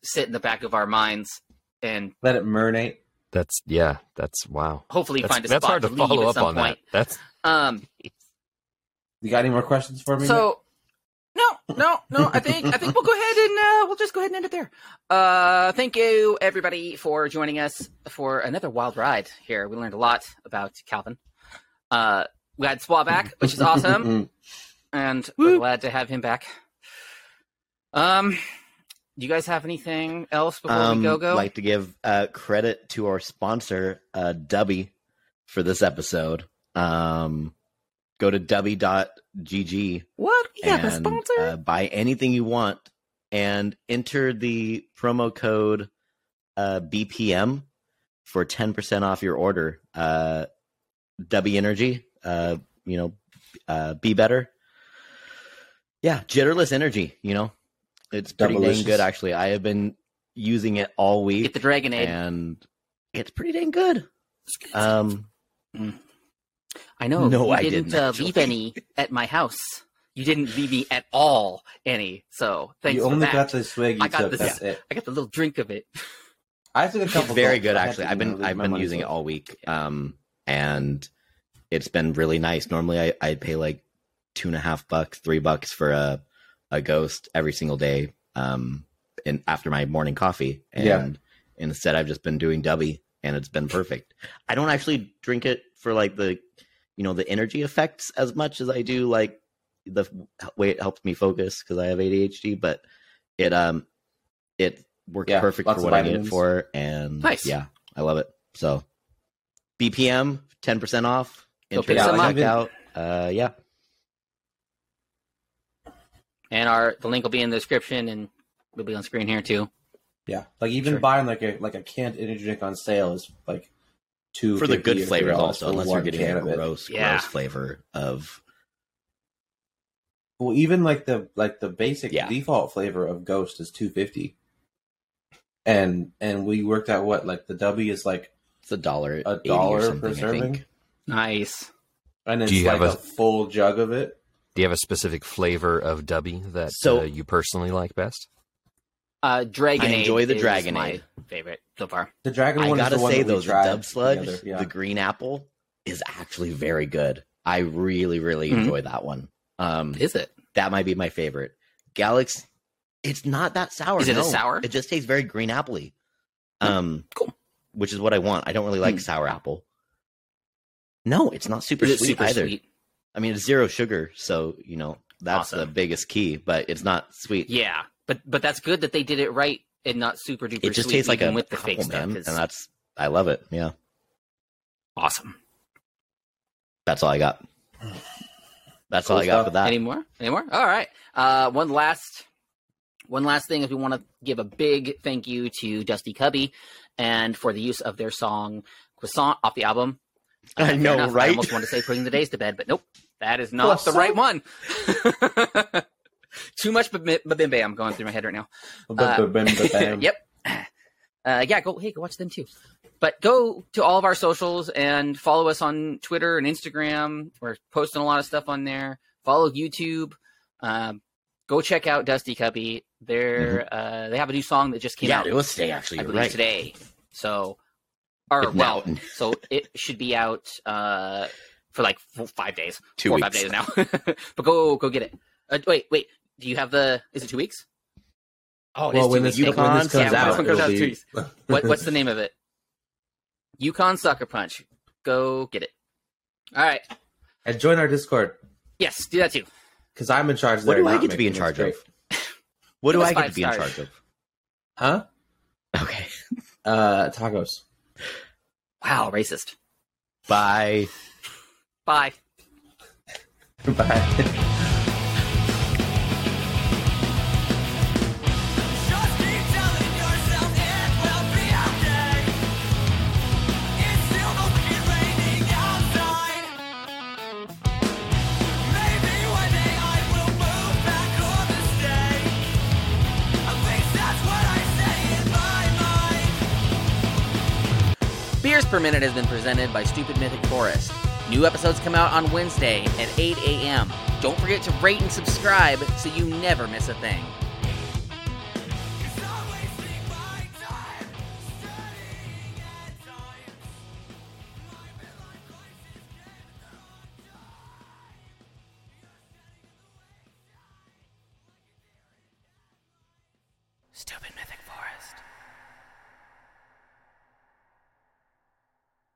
S1: sit in the back of our minds, and
S2: let it marinate.
S3: That's yeah. That's wow.
S1: hopefully
S3: That's,
S1: find a
S3: that's
S1: spot
S3: hard to
S1: leave
S3: follow
S1: at
S3: up
S1: some
S3: on
S1: point.
S3: that. That's
S1: Um,
S2: You got any more questions for me? Nick?
S1: so no, no, no. I think I think we'll go ahead and uh, we'll just go ahead and end it there. Uh, thank you everybody for joining us for another wild ride. Here we learned a lot about Calvin. Uh, we had Swa back, which is
S2: (laughs)
S1: awesome.
S4: (laughs)
S1: and we're glad to have him back. Um, do you guys have anything else before
S4: Um,
S1: we go go?
S4: like to give uh, credit to our sponsor, uh, Dubby, for this episode. Um, go to dubby.gg
S1: what? We have a
S4: and
S1: sponsor.
S4: uh, buy anything you want and enter the promo code uh, BPM for 10% off your order. Uh, W Energy, uh, you know, uh, be better. Yeah, jitterless energy, you know, it's pretty
S2: Doublicious.
S4: dang good, actually. I have been using it all
S1: Get the
S4: week
S1: Dragonade.
S4: and it's pretty dang good. Um,
S1: I know.
S4: No,
S1: you
S4: I
S1: didn't,
S4: didn't,
S1: uh,
S4: actually.
S1: leave any at my house. You didn't leave me at all any. So thanks
S2: you
S1: for
S2: only
S1: that.
S2: got the swig you
S1: I got
S2: took.
S1: this-
S2: That's it.
S1: I got the little drink of it.
S2: I took a
S4: it's
S2: couple.
S4: very
S2: gulps.
S4: good
S2: I had
S4: actually
S2: to,
S4: i've
S2: you know,
S4: been
S2: leave
S4: i've
S2: my
S4: been
S2: money
S4: using it
S2: for
S4: all week um and it's been really nice normally i i pay like two and a half bucks three bucks for a a ghost every single day um and after my morning coffee and
S2: Yeah.
S4: instead i've just been doing dubby and it's been perfect i don't actually drink it for like the you know the energy effects as much as i do like the f- way it helps me focus because i have adhd but it um it worked
S2: Yeah,
S4: perfect
S2: lots
S4: for
S2: of
S4: what i need it
S2: vitamins.
S4: for and
S1: Nice.
S4: yeah i love it so bpm 10% off
S1: Go
S4: Enter
S1: pick
S4: it
S1: some
S4: out,
S1: up.
S4: check out. uh yeah
S1: And our the link will be in the description and it'll be on screen here too.
S2: Yeah, like even
S1: Sure.
S2: buying like a like a canned energy drink on sale is like two
S4: for the
S2: $50
S4: good
S2: or
S4: flavors
S2: $3
S4: also
S2: for
S4: unless you're
S2: one
S4: getting
S2: can
S4: a
S2: of it.
S4: gross
S1: Yeah.
S4: gross flavor of
S2: Well, even like the like the basic
S4: Yeah.
S2: default flavor of Ghost is two fifty, and and we worked out what like the W is like,
S4: it's a dollar
S2: A
S4: 80
S2: dollar
S4: or
S2: per
S4: something i think
S2: serving?
S1: Nice.
S2: and it's
S3: Do you
S2: like
S3: have
S2: a,
S3: a-
S2: full jug of it.
S3: Do you have a specific flavor of dubby that
S4: So-
S3: uh, you personally like best?
S1: Uh, Dragonade.
S4: enjoy the
S1: is
S4: Dragonade.
S1: my favorite so far.
S2: The dragon
S4: I
S2: one
S4: gotta
S2: is the one
S4: say
S2: that we
S4: though, the
S2: tried
S4: Dub Sludge,
S2: together, yeah.
S4: the green apple, is actually very good. I really, really
S1: Mhm.
S4: enjoy that one. Um,
S1: Is it?
S4: that might be my favorite. Galax, it's not that sour.
S1: Is it a
S4: no.
S1: sour? Hmm,
S4: It just tastes very green appley. Um,
S1: Cool.
S4: Which is what I want. I don't really like
S1: Hmm.
S4: sour apple. No, it's not super
S1: Is it
S4: sweet
S1: super
S4: either.
S1: sweet?
S4: I mean, it's zero sugar, so you know that's the
S1: Awesome.
S4: biggest key. But it's not sweet.
S1: Yeah, but but that's good that they did it right and not super duper.
S4: it just
S1: sweet,
S4: tastes like a
S1: even with the fake stuff.
S4: compliment,
S1: 'cause-
S4: and that's I love it. Yeah,
S1: awesome.
S4: that's all
S1: (sighs)
S4: I got. That's all
S2: Cool
S4: I got
S2: stuff.
S4: for that.
S1: Any more? Any more? All right. Uh, one last, one last thing is we want to give a big thank you to Dusty Cubby, and for the use of their song "Croissant" off the album.
S4: (laughs) (laughs) I
S1: fair
S4: know,
S1: I
S4: right?
S1: almost want to say "Putting the Days to Bed," but nope, that is not the right one. (laughs) Too much bim bim bam going through my head right now.
S4: uh,
S2: Ba- ba- bam, ba-
S4: Um, (laughs)
S2: bam.
S1: yep. Uh, yeah, go hey, go watch them too. But go to all of our socials and follow us on Twitter and Instagram. We're posting a lot of stuff on there. Follow YouTube. Um, go check out Dusty Cuppy. They're uh, they have a new song that just came out.
S4: Mm-hmm. it was today actually.
S1: I
S4: You're
S1: believe
S4: right.
S1: today. So, or
S4: If
S1: well,
S4: not-
S1: so it should be out uh, for like four, five days,
S4: Two
S1: four or
S4: weeks.
S1: five days now. (laughs) but go go get it. Uh, wait wait, do you have the? Is it two weeks? Oh, it is
S2: well, when
S1: two
S2: this,
S1: weeks.
S4: Yukon
S2: when this
S1: yeah, when this
S2: comes out,
S1: one comes
S2: it'll
S1: out,
S2: be-
S1: two weeks. What, what's the name of it? Yukon Sucker Punch. Go get it. All right.
S2: (laughs) and join our Discord
S1: Yes, do that too.
S2: because I'm in charge.
S4: What
S2: there,
S4: do I
S2: not
S4: get to be in
S2: making
S4: charge
S2: this
S4: of?
S2: great.
S4: What
S1: Give
S4: do
S1: us
S4: I get
S1: five
S4: to be in
S1: stars.
S4: charge of?
S2: Huh?
S4: Okay.
S2: Uh, tacos. (laughs)
S1: Wow, racist.
S4: Bye.
S1: Bye.
S2: Bye.
S5: Just keep telling yourself it will be okay. It's still fucking raining outside. Maybe one day I will move back on the stay. At least that's what I say in my mind.
S1: Beers Per Minute has been presented by Stupid Mythic Forest. New episodes come out on Wednesday at 8 a.m. Don't forget to rate and subscribe so you never miss a thing.
S5: It's not wasting my time studying at times. My midlife crisis can
S1: Stupid